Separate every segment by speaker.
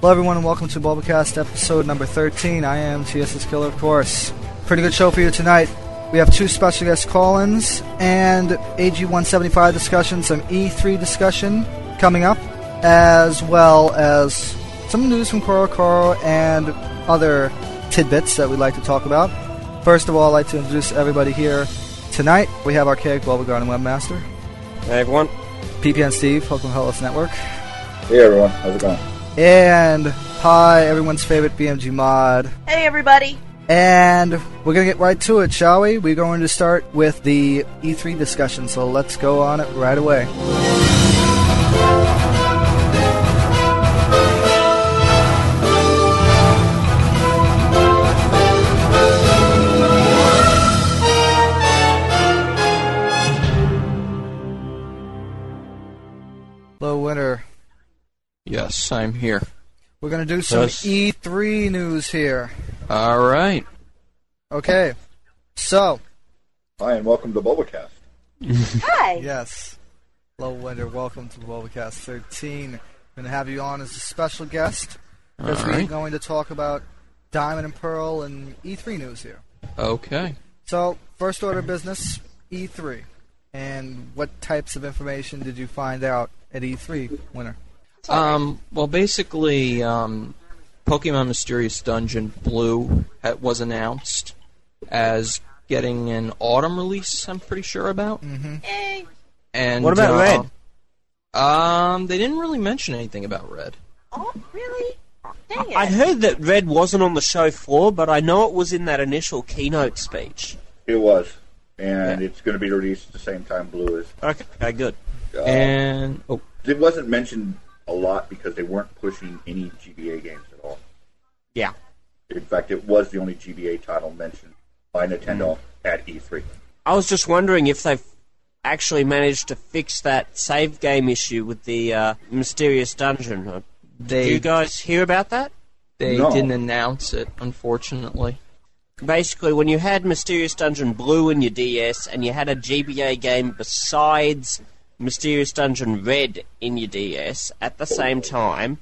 Speaker 1: Hello, everyone, and welcome to Bulbacast episode number 13. I am TSS Killer, of course. Pretty good show for you tonight. We have two special guest call ins and AG 175 discussion, some E3 discussion coming up, as well as some news from Koro Koro and other tidbits that we'd like to talk about. First of all, I'd like to introduce everybody here tonight. We have Archaic Bulba Garden Webmaster,
Speaker 2: Hey everyone.
Speaker 1: PPN Steve, Pokemon Hellas Network.
Speaker 3: Hey everyone, how's it going?
Speaker 1: And hi, everyone's favorite BMG mod.
Speaker 4: Hey everybody!
Speaker 1: And we're going to get right to it, shall we? We're going to start with the E3 discussion, so let's go on it right away. Hello, Winter.
Speaker 5: Yes, I'm here.
Speaker 1: We're going to do some
Speaker 2: Yes.
Speaker 1: E3 news here.
Speaker 5: All right.
Speaker 1: Okay. So,
Speaker 3: Hi, and welcome to Bulbacast.
Speaker 4: Hi!
Speaker 1: yes. Hello, Winter. Welcome to Bulbacast 13. Going to have you on as a special guest.
Speaker 5: All
Speaker 1: This week,
Speaker 5: right.
Speaker 1: going to talk about Diamond and Pearl and E3 news here.
Speaker 5: Okay.
Speaker 1: So, first order of business E3. And what types of information did you find out at E E3, Winter?
Speaker 5: Um, well, basically, um, Pokemon Mysterious Dungeon Blue ha- was announced as getting an autumn release. I'm pretty sure about.
Speaker 4: Yay!
Speaker 5: And
Speaker 2: What about
Speaker 5: uh, Um, they didn't really mention anything about Red.
Speaker 4: Oh, really? Dang it!
Speaker 2: I heard that Red wasn't on the show floor, but I know it was in that initial keynote speech.
Speaker 3: It was, and
Speaker 5: Yeah.
Speaker 3: it's going to be released at the same time Blue is.
Speaker 2: Okay, good.
Speaker 3: Uh,
Speaker 5: And oh,
Speaker 3: it wasn't mentioned a lot because they weren't pushing any GBA games at all.
Speaker 2: Yeah.
Speaker 3: In fact, it was the only GBA title mentioned by
Speaker 2: Mm.
Speaker 3: Nintendo at E E3.
Speaker 2: I was just wondering if they've actually managed to fix that save game issue with the uh, mysterious dungeon. Uh, Did
Speaker 5: they
Speaker 2: you guys hear about that?
Speaker 5: they
Speaker 3: No.
Speaker 5: didn't announce it, unfortunately.
Speaker 2: Basically, when you had Mysterious Dungeon Blue in your DS and you had a GBA game besides Mysterious Dungeon Red in your DS at the same time,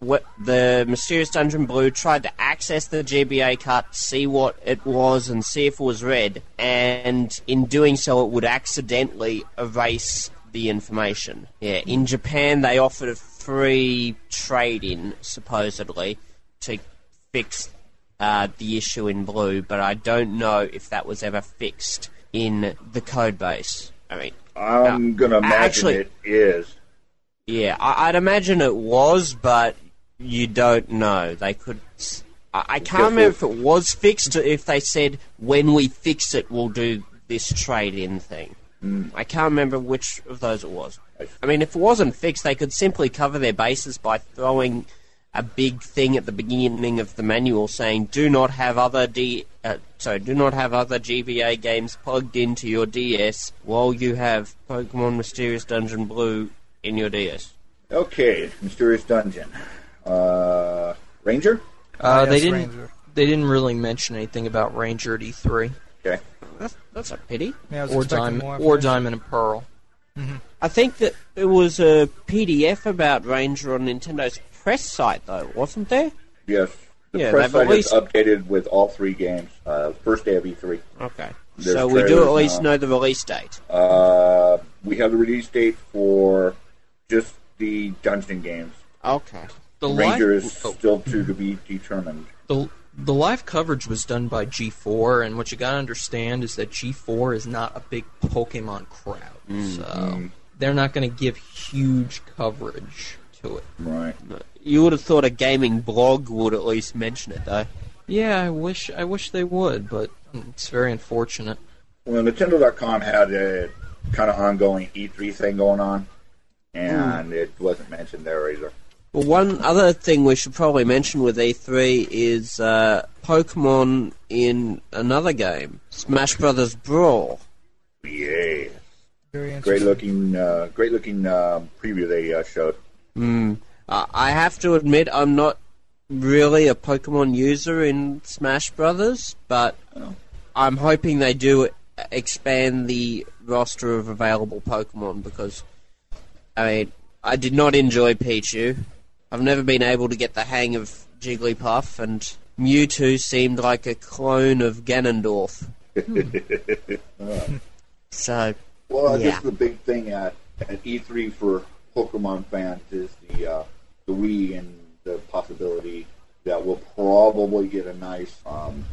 Speaker 2: what the Mysterious Dungeon Blue tried to access the GBA cut, see what it was, and see if it was red, and in doing so, it would accidentally erase the information. Yeah, in Japan, they offered a free trade in, supposedly, to fix uh, the issue in blue, but I don't know if that was ever fixed in the code base. I mean,
Speaker 3: I'm
Speaker 2: uh,
Speaker 3: going to imagine
Speaker 2: actually,
Speaker 3: it is.
Speaker 2: yeah, I, I'd imagine it was, but you don't know. They could. I, I can't remember if it was fixed. or If they said when we fix it, we'll do this trade-in thing. I can't remember which of those it was. I mean, if it wasn't fixed, they could simply cover their bases by throwing a big thing at the beginning of the manual saying, "Do not have other D, uh, sorry, do not have other GBA games plugged into your DS while you have Pokemon Mysterious Dungeon Blue in your DS."
Speaker 3: Okay, Mysterious Dungeon. Uh, Ranger?
Speaker 5: Uh,
Speaker 1: yes,
Speaker 5: they didn't.
Speaker 1: Ranger.
Speaker 5: They didn't really mention anything about Ranger at E3
Speaker 3: Okay.
Speaker 2: That's, that's a pity.
Speaker 1: Yeah, I was
Speaker 5: or
Speaker 1: expecting
Speaker 5: Diamond
Speaker 1: more
Speaker 5: or
Speaker 1: information.
Speaker 5: Diamond and Pearl.
Speaker 2: I think that there was a PDF about Ranger on Nintendo's press site, though, wasn't there?
Speaker 3: Yes. The
Speaker 2: Yeah,
Speaker 3: press
Speaker 2: they've
Speaker 3: site
Speaker 2: released-
Speaker 3: is updated with all three games. Uh, first day of E3.
Speaker 2: Okay.
Speaker 3: There's
Speaker 2: so we do
Speaker 3: trailers
Speaker 2: at least
Speaker 3: now.
Speaker 2: know the release date.
Speaker 3: Uh, we have the release date for just the dungeon games.
Speaker 2: Okay.
Speaker 5: The
Speaker 3: Ranger
Speaker 5: live,
Speaker 3: is
Speaker 5: oh,
Speaker 3: still to to be determined.
Speaker 5: the the live coverage was done by G4, and what you gotta understand is that G4 is not a big Pokemon crowd,
Speaker 3: Mm,
Speaker 5: so they're not gonna give huge coverage to it.
Speaker 3: Right.
Speaker 2: You would have thought a gaming blog would at least mention it, though.
Speaker 5: Yeah, I wish I wish they would, but it's very unfortunate.
Speaker 3: Well, Nintendo.com had a kind of ongoing E3 thing going on, and it wasn't mentioned there either.
Speaker 2: Well, one other thing we should probably mention with E3 is uh, Pokemon in another game, Smash Brothers Brawl.
Speaker 3: Yeah.
Speaker 1: Very interesting.
Speaker 3: Great looking, uh, great looking um preview they uh, showed.
Speaker 2: Uh, I have to admit, I'm not really a Pokemon user in Smash Brothers, but I'm hoping they do expand the roster of available Pokemon because I mean, I did not enjoy Pichu. I've never been able to get the hang of Jigglypuff, and Mewtwo seemed like a clone of Ganondorf. so,
Speaker 3: Well, I
Speaker 2: Yeah.
Speaker 3: guess the big thing at, at E3 for Pokemon fans is the uh, the Wii and the possibility that we'll probably get a nice um,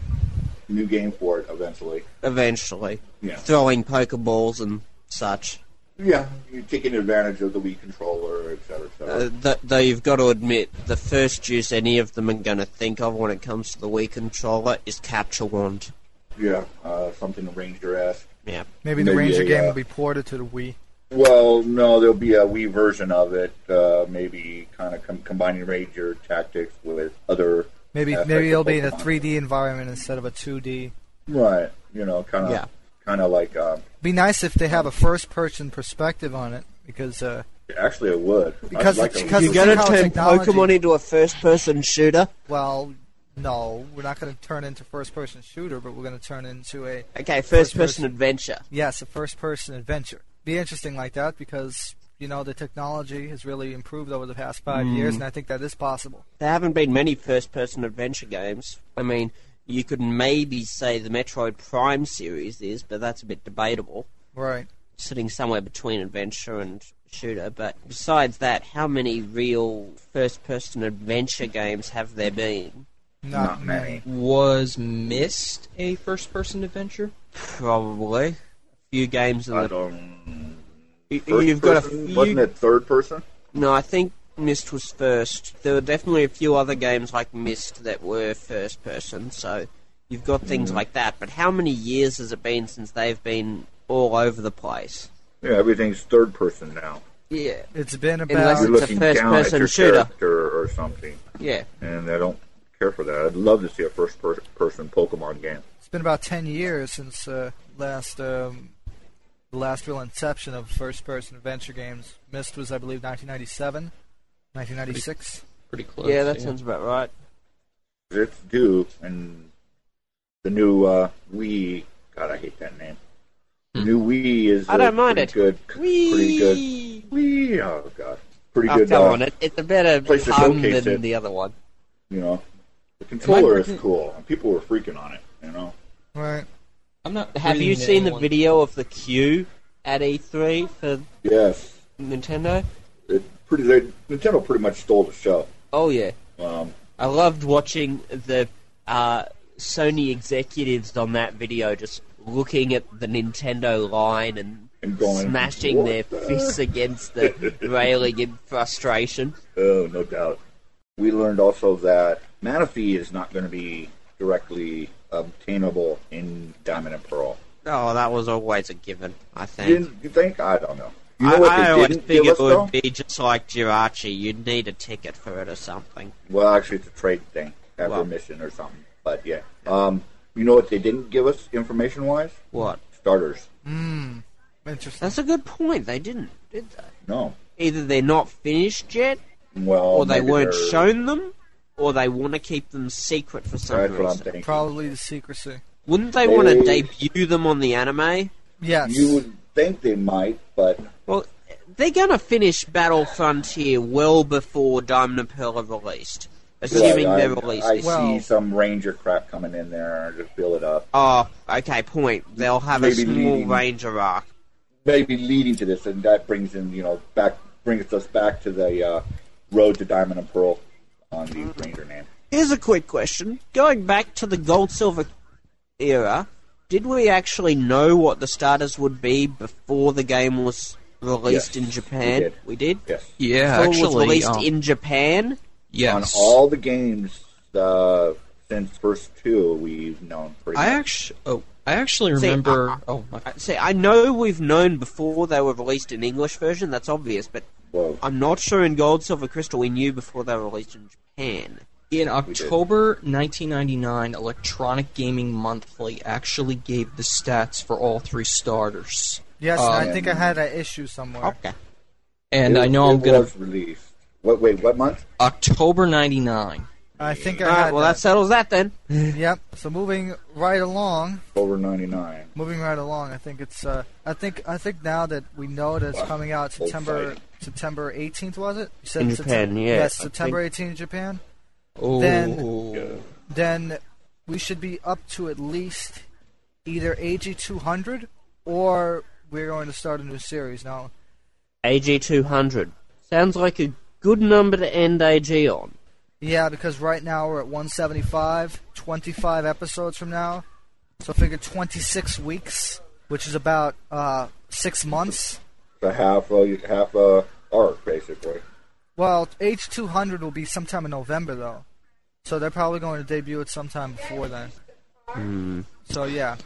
Speaker 3: new game for it eventually.
Speaker 2: eventually,
Speaker 3: Yeah,
Speaker 2: throwing Pokeballs and such.
Speaker 3: yeah, you're taking advantage of the Wii controller, et cetera, et cetera.
Speaker 2: Uh, th- though you've got to admit, the first use any of them are going to think of when it comes to the Wii controller is Capture Wand.
Speaker 3: yeah, uh, something Ranger-esque.
Speaker 2: Yeah.
Speaker 1: Maybe the
Speaker 3: Maybe, uh,
Speaker 1: Ranger game
Speaker 3: yeah.
Speaker 1: will be ported to the Wii.
Speaker 3: Well, no, there'll be a Wii version of it, uh, maybe kind of com- combining Ranger tactics with other.
Speaker 1: Maybe
Speaker 3: aspects
Speaker 1: maybe
Speaker 3: of
Speaker 1: it'll be in a
Speaker 3: Pokemon.
Speaker 1: 3D environment instead of a 2D.
Speaker 3: Right, you know, kind of,
Speaker 2: Yeah.
Speaker 3: kind of like. Um,
Speaker 1: Be nice if they have a first-person perspective on it because uh,
Speaker 3: actually, it would I'd
Speaker 1: Because
Speaker 3: like
Speaker 1: it's-
Speaker 3: a-
Speaker 1: because
Speaker 2: You're
Speaker 1: it's
Speaker 2: going to
Speaker 1: how
Speaker 2: turn
Speaker 1: technology-
Speaker 2: Pokemon into a first person shooter?
Speaker 1: well, no, we're not going to turn into first-person shooter, but we're going to turn into a
Speaker 2: Okay, first
Speaker 1: First
Speaker 2: person
Speaker 1: person.
Speaker 2: adventure.
Speaker 1: yes, a first-person adventure. Be interesting like that because you know the technology has really improved over the past five years, and I think that is possible.
Speaker 2: There haven't been many first person adventure games. I mean, you could maybe say the Metroid Prime series is, but that's a bit debatable.
Speaker 1: Right.
Speaker 2: Sitting somewhere between adventure and shooter. But besides that, how many real first person adventure games have there been?
Speaker 1: Not,
Speaker 3: Not many.
Speaker 1: many.
Speaker 5: Was Mist a first person adventure?
Speaker 2: Probably. A few games in
Speaker 3: I
Speaker 2: the.
Speaker 3: don't.
Speaker 2: you-
Speaker 3: First
Speaker 2: You've got a
Speaker 3: person?
Speaker 2: few.
Speaker 3: Wasn't it third person?
Speaker 2: No, I think Mist was first. There were definitely a few other games like Mist that were first person, so you've got
Speaker 3: Mm.
Speaker 2: things like that. But how many years has it been since they've been all over the place?
Speaker 3: Yeah, everything's third person now.
Speaker 2: Yeah.
Speaker 1: It's been
Speaker 2: Unless
Speaker 1: about
Speaker 3: You're
Speaker 2: it's a
Speaker 3: looking
Speaker 2: first
Speaker 3: down at
Speaker 2: person
Speaker 3: your
Speaker 2: shooter.
Speaker 3: character or something,
Speaker 2: Yeah.
Speaker 3: and I don't care for that. I'd love to see a first per- person Pokemon game.
Speaker 1: it's been about ten years since uh, last um, the last real inception of first-person adventure games. Mist was, I believe, 1997, 1996.
Speaker 5: Pretty close.
Speaker 2: Yeah, that sounds about right.
Speaker 3: It's due, and the new uh, Wii. God, I hate that name. The new Wii is.
Speaker 2: Hmm. I
Speaker 3: a
Speaker 2: don't mind
Speaker 3: pretty
Speaker 2: it.
Speaker 3: Good, pretty good.
Speaker 2: Whee!
Speaker 3: Wii. Oh God, pretty
Speaker 2: Oh,
Speaker 3: good.
Speaker 2: come
Speaker 3: uh,
Speaker 2: on, it, it's a better
Speaker 3: place to
Speaker 2: pun
Speaker 3: showcase
Speaker 2: than
Speaker 3: it.
Speaker 2: the other one.
Speaker 3: You know, the controller
Speaker 2: Mm-hmm.
Speaker 3: is
Speaker 5: working-
Speaker 3: cool, and people were freaking on it. You know.
Speaker 1: Right.
Speaker 5: I'm not.
Speaker 2: Have
Speaker 5: really
Speaker 2: you seen the
Speaker 5: anyone-
Speaker 2: video of the queue at E3 for
Speaker 3: Yes.
Speaker 2: Nintendo?
Speaker 3: It pretty. They, Nintendo pretty much stole the show.
Speaker 2: Oh, yeah.
Speaker 3: Um,
Speaker 2: I loved watching the uh, Sony executives on that video just looking at the Nintendo line and,
Speaker 3: And going,
Speaker 2: smashing
Speaker 3: "What
Speaker 2: their
Speaker 3: the-"
Speaker 2: fists against the railing in frustration.
Speaker 3: Oh, no doubt. We learned also that Manaphy is not going to be directly um, obtainable in Diamond and Pearl.
Speaker 2: Oh, that was always a given, I think.
Speaker 3: You didn't you think? I don't know. You know
Speaker 2: I,
Speaker 3: what
Speaker 2: I
Speaker 3: they
Speaker 2: always
Speaker 3: didn't
Speaker 2: think
Speaker 3: give
Speaker 2: it
Speaker 3: us
Speaker 2: would
Speaker 3: though?
Speaker 2: be just like Jirachi. You'd need a ticket for it or something.
Speaker 3: Well, actually, it's a trade thing, have
Speaker 2: Well.
Speaker 3: permission or something. But yeah, um, you know what they didn't give us information wise?
Speaker 2: What?
Speaker 3: Starters.
Speaker 1: Mm. Interesting.
Speaker 2: That's a good point. They didn't, did they?
Speaker 3: No.
Speaker 2: Either they're not finished yet,
Speaker 3: Well,
Speaker 2: or they
Speaker 3: Oh, maybe
Speaker 2: weren't
Speaker 3: they're-
Speaker 2: shown them, or they want to keep them secret for some
Speaker 3: That's
Speaker 2: reason.
Speaker 3: what I'm thinking.
Speaker 1: Probably the secrecy.
Speaker 2: Wouldn't they want to
Speaker 3: They-
Speaker 2: debut them on the anime?
Speaker 1: Yes.
Speaker 3: You would think they might, but
Speaker 2: Well, they're going to finish Battle Frontier well before Diamond and Pearl are released, assuming
Speaker 3: Yeah, I-
Speaker 2: they're released.
Speaker 3: I
Speaker 2: this-
Speaker 1: Well-
Speaker 3: see some Ranger crap coming in there and just fill it up.
Speaker 2: oh, okay, point. They'll have a
Speaker 3: Maybe
Speaker 2: small
Speaker 3: leading-
Speaker 2: Ranger arc.
Speaker 3: maybe leading to this, and that brings in you know back brings us back to the uh, road to Diamond and Pearl on the Ranger name.
Speaker 2: Here's a quick question: Going back to the Gold Silver era, did we actually know what the starters would be before the game was released
Speaker 3: Yes,
Speaker 2: in
Speaker 3: we
Speaker 2: Japan?
Speaker 3: did. Yes,
Speaker 5: Yeah,
Speaker 2: Pearl
Speaker 5: actually.
Speaker 2: was released
Speaker 5: um,
Speaker 2: in Japan.
Speaker 5: yes.
Speaker 3: on all the games uh, since first two, we've known pretty.
Speaker 5: I
Speaker 3: much.
Speaker 5: actually, oh, I actually
Speaker 2: See, I-
Speaker 5: remember. oh, my,
Speaker 2: Uh, See, I know we've known before they were released in English version. That's obvious, but
Speaker 3: Well,
Speaker 2: I'm not sure in Gold, Silver, Crystal we knew before they were released in Japan.
Speaker 5: in
Speaker 3: did.
Speaker 5: October 1999, Electronic Gaming Monthly actually gave the stats for all three starters,
Speaker 1: yes. and
Speaker 5: um,
Speaker 1: I think I had an issue somewhere.
Speaker 2: Okay.
Speaker 5: and
Speaker 3: it-
Speaker 5: I know
Speaker 3: it
Speaker 5: I'm gonna
Speaker 3: was released. What? Wait, what month?
Speaker 5: October 99.
Speaker 1: I think I
Speaker 2: All right,
Speaker 1: had
Speaker 2: well, that
Speaker 1: that.
Speaker 2: settles that then.
Speaker 1: Yep. So moving right along,
Speaker 3: Over 99.
Speaker 1: moving right along. I think it's. Uh, I think. I think now that we know that it's coming out September September 18th, was it? You said
Speaker 2: In
Speaker 1: Septem-
Speaker 2: Japan, yeah,
Speaker 1: Yes,
Speaker 2: I
Speaker 1: September 18th, in Japan.
Speaker 5: Oh,
Speaker 1: Then- Then we should be up to at least either AG 200 or we're going to start a new series now.
Speaker 2: AG200. Sounds like a good number to end AG on.
Speaker 1: Yeah, because right now we're at 175, 25 episodes from now. So figure 26 weeks, which is about uh, six months.
Speaker 3: The half a half a arc basically.
Speaker 1: Well, H200 will be sometime in November, though. So they're probably going to debut it sometime before then. So, yeah.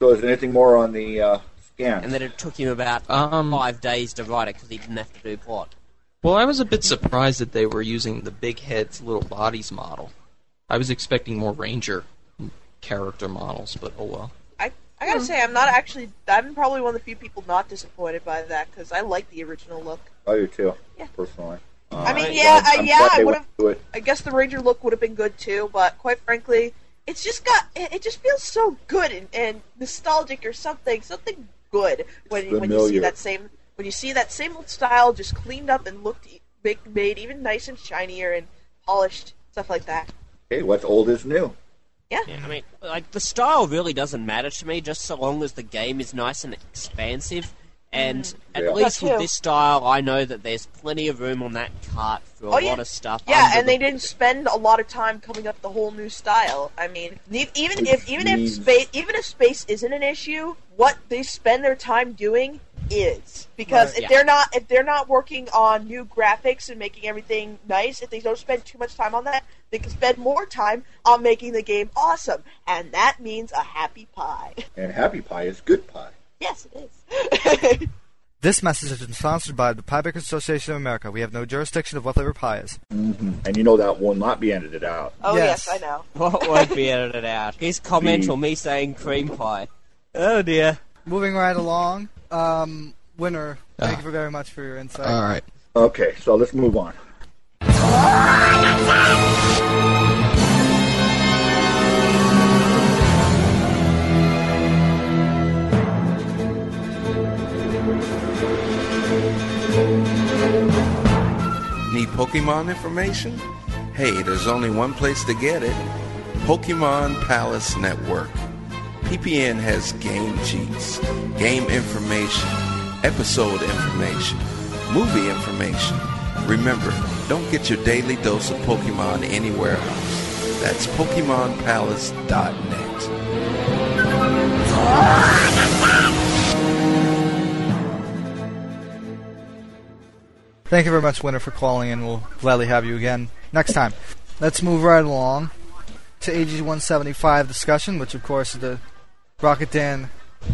Speaker 3: So is there anything more on the uh, scan?
Speaker 2: And then it took him about
Speaker 5: Um,
Speaker 2: five days to write it because he didn't have to do plot.
Speaker 5: Well, I was a bit surprised that they were using the big heads, little bodies model. I was expecting more ranger character models, but oh well.
Speaker 4: I, I gotta say, I'm not actually. I'm probably one of the few people not disappointed by that because I like the original look.
Speaker 3: I do Oh, too,
Speaker 4: Yeah.
Speaker 3: personally.
Speaker 4: I mean, yeah,
Speaker 3: I'm
Speaker 4: I,
Speaker 3: glad
Speaker 4: yeah, I
Speaker 3: they
Speaker 4: would
Speaker 3: went
Speaker 4: have.
Speaker 3: to it.
Speaker 4: I guess the Ranger look would have been good too, but quite frankly, it's just got. It, it just feels so good and, and nostalgic or something. Something good when you, when you see
Speaker 3: familiar.
Speaker 4: that same when you see that same old style just cleaned up and looked e- make, made even nice and shinier and polished stuff like that.
Speaker 3: Hey, what's old is new.
Speaker 2: Yeah, I mean, like the style really doesn't matter to me, just so long as the game is nice and expansive. And
Speaker 4: Mm.
Speaker 2: at
Speaker 3: Yeah.
Speaker 2: least
Speaker 4: That
Speaker 2: with
Speaker 4: too.
Speaker 2: this style, I know that there's plenty of room on that cart for a
Speaker 4: Oh, yeah.
Speaker 2: lot of stuff.
Speaker 4: Yeah,
Speaker 2: under
Speaker 4: and they
Speaker 2: the-
Speaker 4: didn't spend a lot of time coming up with a whole new style. I mean, ne- even if even if
Speaker 3: Please.
Speaker 4: space even if space isn't an issue, what they spend their time doing is because
Speaker 1: Right.
Speaker 4: if
Speaker 2: Yeah.
Speaker 4: they're not if they're not working on new graphics and making everything nice, if they don't spend too much time on that, they can spend more time on making the game awesome, and that means a happy pie.
Speaker 3: And Happy Pie is good pie.
Speaker 4: yes, it is.
Speaker 1: This message has been sponsored by the Pie Bakers Association of America. We have no jurisdiction of what flavor pie is.
Speaker 3: And you know that will not be edited out.
Speaker 4: oh
Speaker 1: Yes.
Speaker 4: yes, I know.
Speaker 2: What won't be edited out? His comment
Speaker 3: The-
Speaker 2: or me saying cream pie. Oh dear.
Speaker 1: Moving right along, um, Winner, thank
Speaker 5: Ah.
Speaker 1: you very much for your insight.
Speaker 5: All right.
Speaker 3: Okay, so let's move on.
Speaker 6: Need Pokemon information? Hey, there's only one place to get it Pokemon Palace Network. PPN has game cheats, game information, episode information, movie information. Remember, don't get your daily dose of Pokemon anywhere else. That's PokemonPalace.net.
Speaker 1: Thank you very much, Winner, for calling in. We'll gladly have you again next time. Let's move right along to AG175 discussion, which, of course, is the Rocket Dan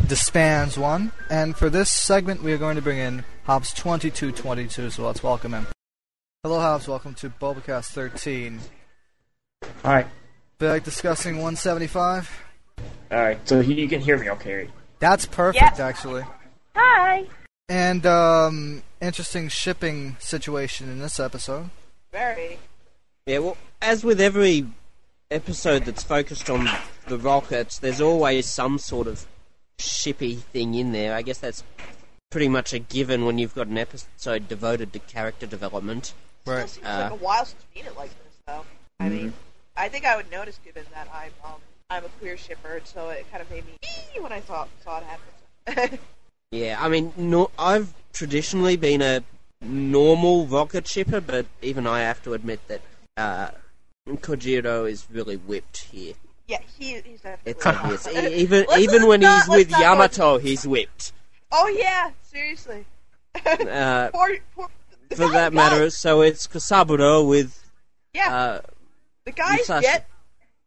Speaker 1: disbands one. And for this segment, we are going to bring in Hobbs 2222, so let's welcome him. Hello, Hobbs. Welcome to Bulbacast 13.
Speaker 7: All right,
Speaker 1: Feel like discussing 175?
Speaker 7: all right. So you can hear me, okay? right?
Speaker 1: That's perfect,
Speaker 4: Yeah.
Speaker 1: actually.
Speaker 4: Hi.
Speaker 1: And, um, interesting shipping situation in this episode.
Speaker 4: Very.
Speaker 2: Yeah, well, as with every episode that's focused on the rockets, there's always some sort of shippy thing in there. I guess that's pretty much a given when you've got an episode devoted to character development.
Speaker 4: Still
Speaker 1: Right.
Speaker 4: seems
Speaker 2: Uh, mm-hmm.
Speaker 4: like a while since I've seen it like this, though. I mean, I think I would notice given that I'm um, I'm a queer shipper, and so it kind of made me "Ee!" when I saw saw it happen.
Speaker 2: Yeah, I mean, no, I've traditionally been a normal rocket shipper, but even I have to admit that uh, Kojiro is really whipped here.
Speaker 4: yeah, he he's definitely.
Speaker 2: It's
Speaker 4: hot.
Speaker 2: obvious. E- even
Speaker 4: Let's-
Speaker 2: even when
Speaker 4: let's
Speaker 2: he's
Speaker 4: not-
Speaker 2: with
Speaker 4: let's not go-
Speaker 2: Yamato, he's whipped.
Speaker 4: Oh yeah, seriously.
Speaker 2: Uh,
Speaker 4: poor, poor, the
Speaker 2: for
Speaker 4: guy
Speaker 2: that
Speaker 4: got-
Speaker 2: matter, so it's Kasaburo with.
Speaker 4: Yeah,
Speaker 2: Uh,
Speaker 4: the guys
Speaker 2: Musashi.
Speaker 4: get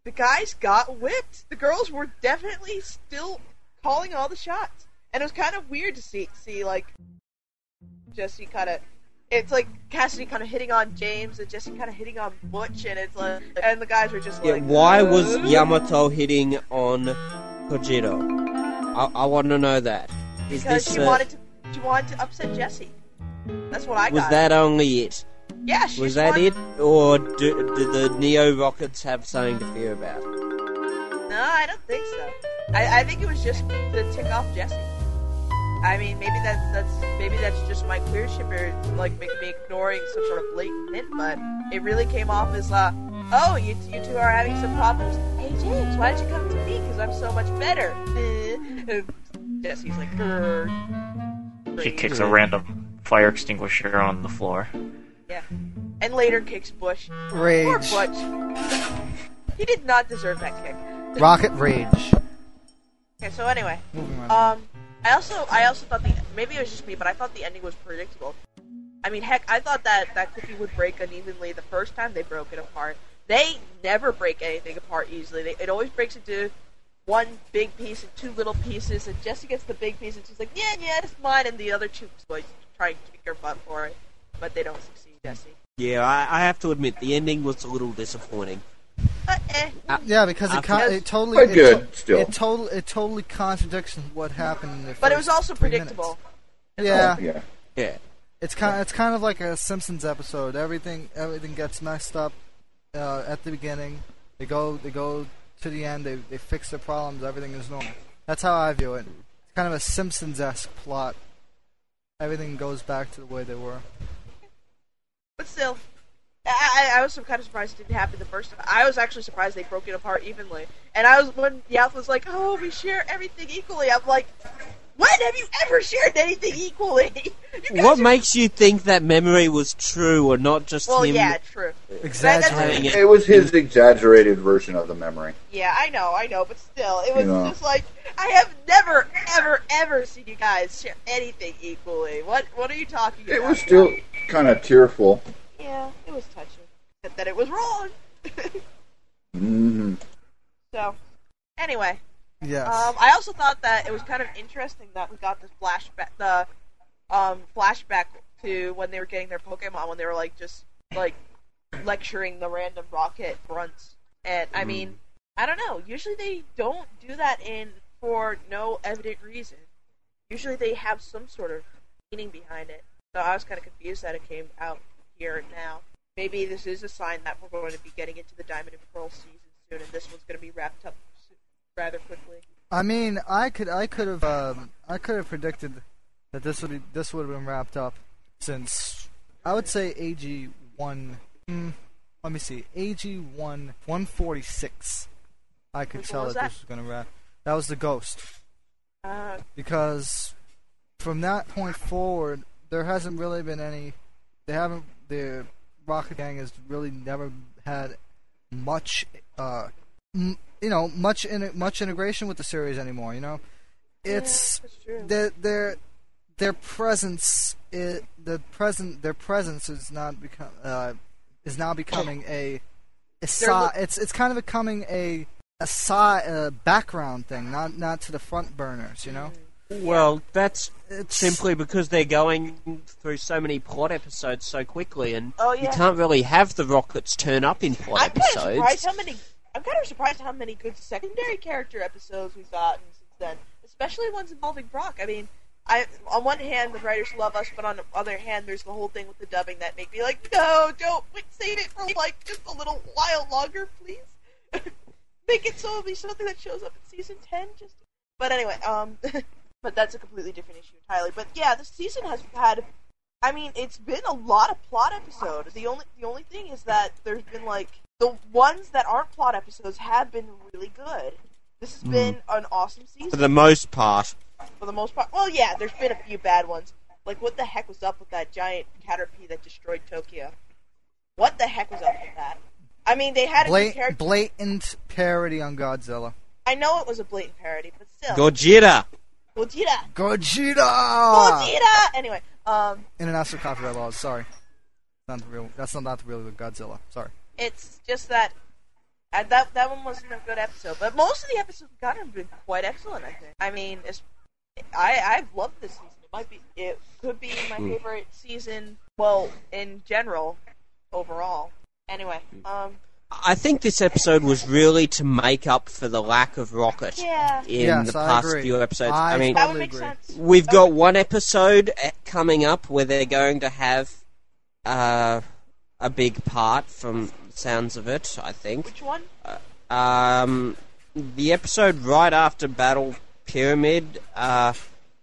Speaker 4: the guys got whipped. The girls were definitely still calling all the shots, and it was kind of weird to see see like Jesse kind of. It's like Cassidy kind of hitting on James and Jesse kind of hitting on Butch, and it's like, and the guys were just
Speaker 2: yeah,
Speaker 4: like,
Speaker 2: why was
Speaker 4: "Uh?"
Speaker 2: Yamato hitting on Kojiro? I, I want to know that. Is
Speaker 4: Because
Speaker 2: this
Speaker 4: she
Speaker 2: uh,
Speaker 4: wanted to, she wanted to upset Jesse. That's what I
Speaker 2: was
Speaker 4: got.
Speaker 2: that only it?
Speaker 4: Yeah, she's
Speaker 2: Was that
Speaker 4: one-
Speaker 2: it, or do, do the Neo Rockets have something to fear about?
Speaker 4: No, I don't think so. I, I think it was just to tick off Jesse. I mean, maybe that's that's maybe that's just my queer shipper like make me ignoring some sort of blatant hint, but it really came off as uh, oh, you you two are having some problems. Hey James, why did you come to me? Because I'm so much better. Eh. And Jesse's like, grr.
Speaker 7: She kicks a random fire extinguisher on the floor.
Speaker 4: Yeah, and later kicks Bush. Poor
Speaker 1: Rage.
Speaker 4: Butch. He did not deserve that kick.
Speaker 1: Rocket Rage.
Speaker 4: Okay, so anyway,
Speaker 1: Moving on.
Speaker 4: Um, I also I also thought the maybe it was just me, but I thought the ending was predictable. I mean, heck, I thought that that cookie would break unevenly the first time they broke it apart. They never break anything apart easily. They, it always breaks into one big piece and two little pieces, and Jesse gets the big piece, and she's like, "Yeah, yeah, it's mine," and the other two boys try and kick her butt for it, but they don't succeed. Jesse,
Speaker 2: Yeah, I, I have to admit the ending was a little disappointing.
Speaker 4: uh, eh.
Speaker 1: yeah, because it,
Speaker 2: After-
Speaker 1: con- it totally
Speaker 3: Quite
Speaker 1: it
Speaker 3: good,
Speaker 1: to-
Speaker 3: still.
Speaker 1: It totally it totally contradicts what happened. In the
Speaker 4: but it was
Speaker 1: first
Speaker 4: also
Speaker 1: three
Speaker 4: predictable.
Speaker 1: minutes. Yeah,
Speaker 3: Oh, Yeah.
Speaker 2: Yeah,
Speaker 1: It's kind it's kind of like a Simpsons episode. Everything everything gets messed up uh, at the beginning. They go they go to the end. They they fix their problems. Everything is normal. That's how I view it. It's kind of a Simpsons esque plot. Everything goes back to the way they were.
Speaker 4: But still, I, I, I was some kind of surprised it didn't happen the first time. I was actually surprised they broke it apart evenly. And I was when Yath was like, "Oh, we share everything equally." I'm like, "When have you ever shared anything equally?" You guys
Speaker 2: what
Speaker 4: are-
Speaker 2: makes you think that memory was true, or not just
Speaker 4: Well,
Speaker 2: him
Speaker 4: yeah, true.
Speaker 2: having
Speaker 1: Exaggerating.
Speaker 2: it?
Speaker 3: It was his exaggerated version of the memory.
Speaker 4: Yeah, I know, I know, but still, it was
Speaker 3: You know.
Speaker 4: just like I have never, ever, ever seen you guys share anything equally. What What are you talking
Speaker 3: It
Speaker 4: about?
Speaker 3: was still kind of tearful.
Speaker 4: yeah, it was touching, except that it was wrong.
Speaker 2: Mm-hmm.
Speaker 3: hmm
Speaker 4: so, anyway,
Speaker 1: Yes.
Speaker 4: Um, I also thought that it was kind of interesting that we got this flashback, the um, flashback to when they were getting their Pokemon, when they were like just like lecturing the random Rocket grunts. And I mean, I don't know. Usually they don't do that in for no evident reason. Usually they have some sort of meaning behind it. So I was kind of confused that it came out here and now. Maybe this is a sign that we're going to be getting into the Diamond and Pearl season soon, and this one's going to be wrapped up s- rather quickly.
Speaker 1: I mean, I could, I could have, um, I could have predicted that this would be, this would have been wrapped up since I would say AG one. Mm, let me see, AG one one forty six. I could
Speaker 4: Which
Speaker 1: tell
Speaker 4: one
Speaker 1: that,
Speaker 4: was
Speaker 1: this was gonna wrap. That was the ghost
Speaker 4: Uh,
Speaker 1: because from that point forward, there hasn't really been any. They haven't. The Rocket Gang has really never had much, uh, m- you know, much in much integration with the series anymore. You know, it's
Speaker 4: that's true.
Speaker 1: their their their presence. Is, the present their presence is not become uh, is now becoming a. Aside, it's it's kind of becoming a a si- uh, background thing, not not to the front burners, you know.
Speaker 4: Mm-hmm.
Speaker 2: Well, that's
Speaker 1: It's
Speaker 2: simply because they're going through so many plot episodes so quickly, and
Speaker 4: Oh,
Speaker 2: you
Speaker 4: yeah.
Speaker 2: can't really have the Rockets turn up in plot
Speaker 4: I'm kind of
Speaker 2: episodes.
Speaker 4: surprised how many. I'm kind of surprised how many good secondary character episodes we've gotten since then, especially ones involving Brock. I mean, I on one hand the writers love us, but on the other hand there's the whole thing with the dubbing that make me like, no, don't wait, save it for like just a little while longer, please. make it so it'll be something that shows up in season ten. Just, but anyway, um, but that's a completely different issue entirely. But yeah, this season has had I mean, it's been a lot of plot episodes. The only the only thing is that there's been like the ones that aren't plot episodes have been really good. This has been an awesome
Speaker 2: for
Speaker 4: season
Speaker 2: the most part.
Speaker 4: for the most part. Well, yeah, there's been a few bad ones. Like what the heck was up with that giant caterpie that destroyed Tokyo? What the heck was up with that? I mean, they had a good
Speaker 1: blat-
Speaker 4: character.
Speaker 1: blatant parody on Godzilla.
Speaker 4: I know it was a blatant parody, but still.
Speaker 2: Gojira.
Speaker 4: Gojira.
Speaker 1: Gojira! Ah.
Speaker 4: Gojira. Anyway, um,
Speaker 1: International copyright laws. Sorry, not the real. That's not, not the real Godzilla. Sorry.
Speaker 4: it's just that I, that that one wasn't a good episode, but most of the episodes we've gotten have been quite excellent. I think. I mean, it's, I I've loved this season. It might be it could be my
Speaker 2: Mm.
Speaker 4: favorite season. Well, in general, overall. Anyway, um,
Speaker 2: I think this episode was really to make up for the lack of Rocket
Speaker 4: Yeah.
Speaker 2: in
Speaker 1: Yes,
Speaker 2: the
Speaker 1: I
Speaker 2: past
Speaker 1: agree.
Speaker 2: few episodes.
Speaker 1: I
Speaker 2: I mean,
Speaker 4: that
Speaker 1: Totally
Speaker 4: would make
Speaker 1: agree.
Speaker 4: sense.
Speaker 2: We've
Speaker 4: That
Speaker 2: got eh,
Speaker 4: would-
Speaker 2: one episode uh, coming up where they're going to have uh, a big part from sounds of it, I think.
Speaker 4: Which one?
Speaker 2: Um, the episode right after Battle Pyramid, uh,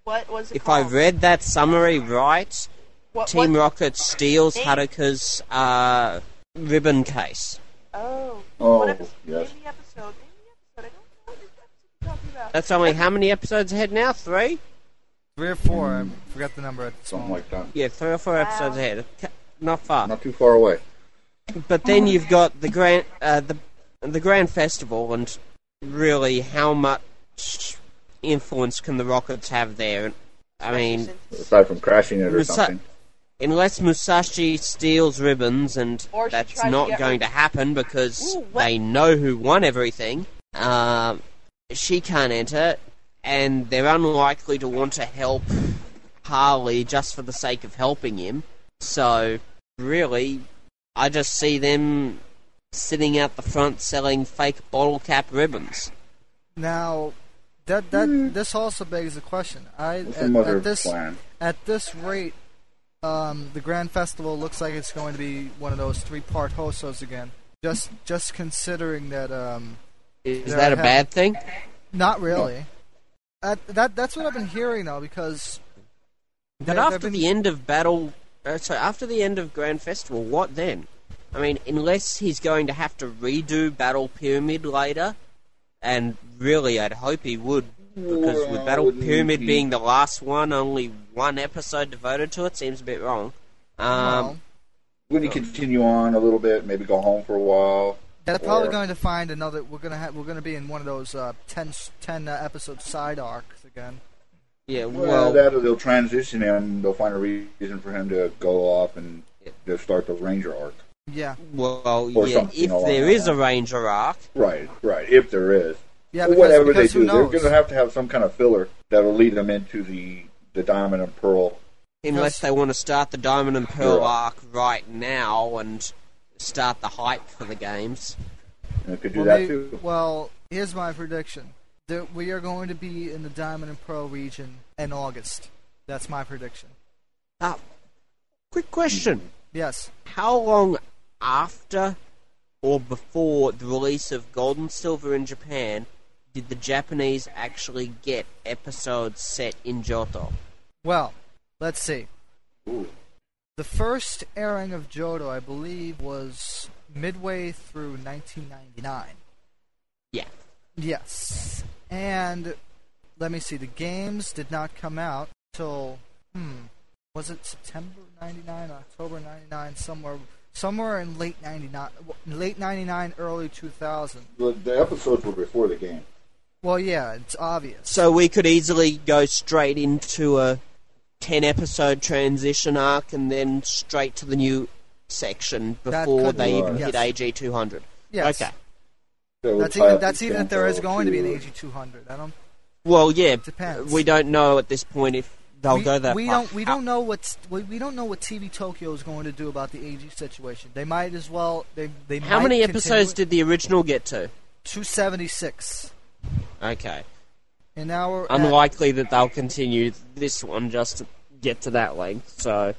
Speaker 4: What was it
Speaker 2: if I
Speaker 4: called?
Speaker 2: read that summary right,
Speaker 4: what,
Speaker 2: Team
Speaker 4: what-
Speaker 2: Rocket steals
Speaker 4: Hey.
Speaker 2: Haruka's uh, ribbon case.
Speaker 4: Oh.
Speaker 3: Oh,
Speaker 4: what episode?
Speaker 3: yes.
Speaker 4: Name the episode. Name the episode. I don't know what this episode you're talking about.
Speaker 2: That's only how many episodes ahead now? Three?
Speaker 1: Three or four. I forgot the number at this
Speaker 3: something
Speaker 1: moment.
Speaker 3: like that.
Speaker 2: Yeah, three or four episodes ahead. C- Not far.
Speaker 3: Not too far away.
Speaker 2: But then you've got the grand uh, the the grand festival, and really, how much influence can the Rockets have there? And, I mean,
Speaker 3: Aside from crashing it or
Speaker 2: Musa-
Speaker 3: something.
Speaker 2: unless Musashi steals ribbons, and
Speaker 4: Or she
Speaker 2: that's
Speaker 4: tried to
Speaker 2: not
Speaker 4: get
Speaker 2: going
Speaker 4: rid-
Speaker 2: to happen because
Speaker 4: Ooh, what-
Speaker 2: they know who won everything. Um, she can't enter, and they're unlikely to want to help Harley just for the sake of helping him. So, really, I just see them sitting out the front selling fake bottle cap ribbons.
Speaker 1: Now, that that this also begs the question. I
Speaker 3: Hmm. What's the
Speaker 1: at,
Speaker 3: mother
Speaker 1: at this
Speaker 3: plan?
Speaker 1: at this rate, um, the Grand Festival looks like it's going to be one of those three-part hosos again. Just just considering that, um,
Speaker 2: Is
Speaker 1: Yeah,
Speaker 2: that
Speaker 1: I
Speaker 2: a
Speaker 1: have-
Speaker 2: bad thing?
Speaker 1: not really. That, that that's what I've been hearing though, because
Speaker 2: But
Speaker 1: there-
Speaker 2: after
Speaker 1: there've been-
Speaker 2: the end of battle, uh, so after the end of Grand Festival, what then? I mean, unless he's going to have to redo Battle Pyramid later, and really, I'd hope he would, because
Speaker 3: Well,
Speaker 2: with Battle
Speaker 3: wouldn't
Speaker 2: Pyramid
Speaker 3: he-
Speaker 2: being the last one, only one episode devoted to it seems a bit wrong. Um,
Speaker 1: well,
Speaker 3: Would he continue on a little bit? Maybe go home for a while.
Speaker 1: they're probably
Speaker 3: or-
Speaker 1: going to find another. We're gonna have we're gonna be in one of those uh, 10, 10 uh, episode side arcs again.
Speaker 2: yeah, well,
Speaker 3: Well, that they'll transition him. They'll find a reason for him to go off and to start the Ranger arc.
Speaker 1: Yeah,
Speaker 2: well,
Speaker 3: or
Speaker 2: yeah.
Speaker 3: something
Speaker 2: If
Speaker 3: along
Speaker 2: there
Speaker 3: that
Speaker 2: is a
Speaker 3: line.
Speaker 2: Ranger arc,
Speaker 3: Right, right. If there is,
Speaker 1: yeah.
Speaker 3: Or
Speaker 1: Because,
Speaker 3: whatever
Speaker 1: because
Speaker 3: they
Speaker 1: who
Speaker 3: do,
Speaker 1: knows?
Speaker 3: they're going to have to have some kind of filler that'll lead them into the the Diamond and Pearl.
Speaker 2: unless
Speaker 1: Because-
Speaker 2: they want to start the Diamond and Pearl
Speaker 3: Yeah.
Speaker 2: arc right now and start the hype for the games.
Speaker 3: And it could do
Speaker 1: Well,
Speaker 3: that
Speaker 1: may-
Speaker 3: too.
Speaker 1: well, here's my prediction: that we are going to be in the Diamond and Pearl region in August. That's my prediction.
Speaker 2: Uh, quick question.
Speaker 1: Yes,
Speaker 2: how long after or before the release of Gold and Silver in Japan did the Japanese actually get episodes set in Johto?
Speaker 1: Well, let's see.
Speaker 3: Ooh.
Speaker 1: The first airing of Jodo, I believe, was midway through 1999.
Speaker 2: Yeah.
Speaker 1: Yes. And let me see. The games did not come out till hmm, was it September 99, October 99, somewhere somewhere in late 99, late 99, early 2000.
Speaker 3: The, the episodes were before the game.
Speaker 1: Well, yeah, it's obvious.
Speaker 2: So we could easily go straight into a 10 episode transition arc and then straight to the new section
Speaker 1: That
Speaker 2: before
Speaker 1: could
Speaker 2: they
Speaker 1: be,
Speaker 2: even hit
Speaker 1: yes.
Speaker 2: AG 200.
Speaker 1: Yes.
Speaker 2: Okay.
Speaker 3: They would
Speaker 1: That's
Speaker 3: tie
Speaker 1: even
Speaker 3: up
Speaker 1: that's
Speaker 3: the
Speaker 1: even if there is
Speaker 3: Kanto
Speaker 1: going to be an
Speaker 3: to-
Speaker 1: AG200. I don't
Speaker 2: Well, yeah.
Speaker 1: Depends.
Speaker 2: We don't know at this point if they'll
Speaker 1: we,
Speaker 2: go that
Speaker 1: we
Speaker 2: far.
Speaker 1: don't we don't know what's we, we don't know what TV Tokyo is going to do about the AG situation. They might as well they they
Speaker 2: How many episodes did the original get to?
Speaker 1: two seventy six
Speaker 2: Okay.
Speaker 1: and now
Speaker 3: Uh,
Speaker 1: we're at-
Speaker 2: unlikely that they'll continue this one just to get to that length. So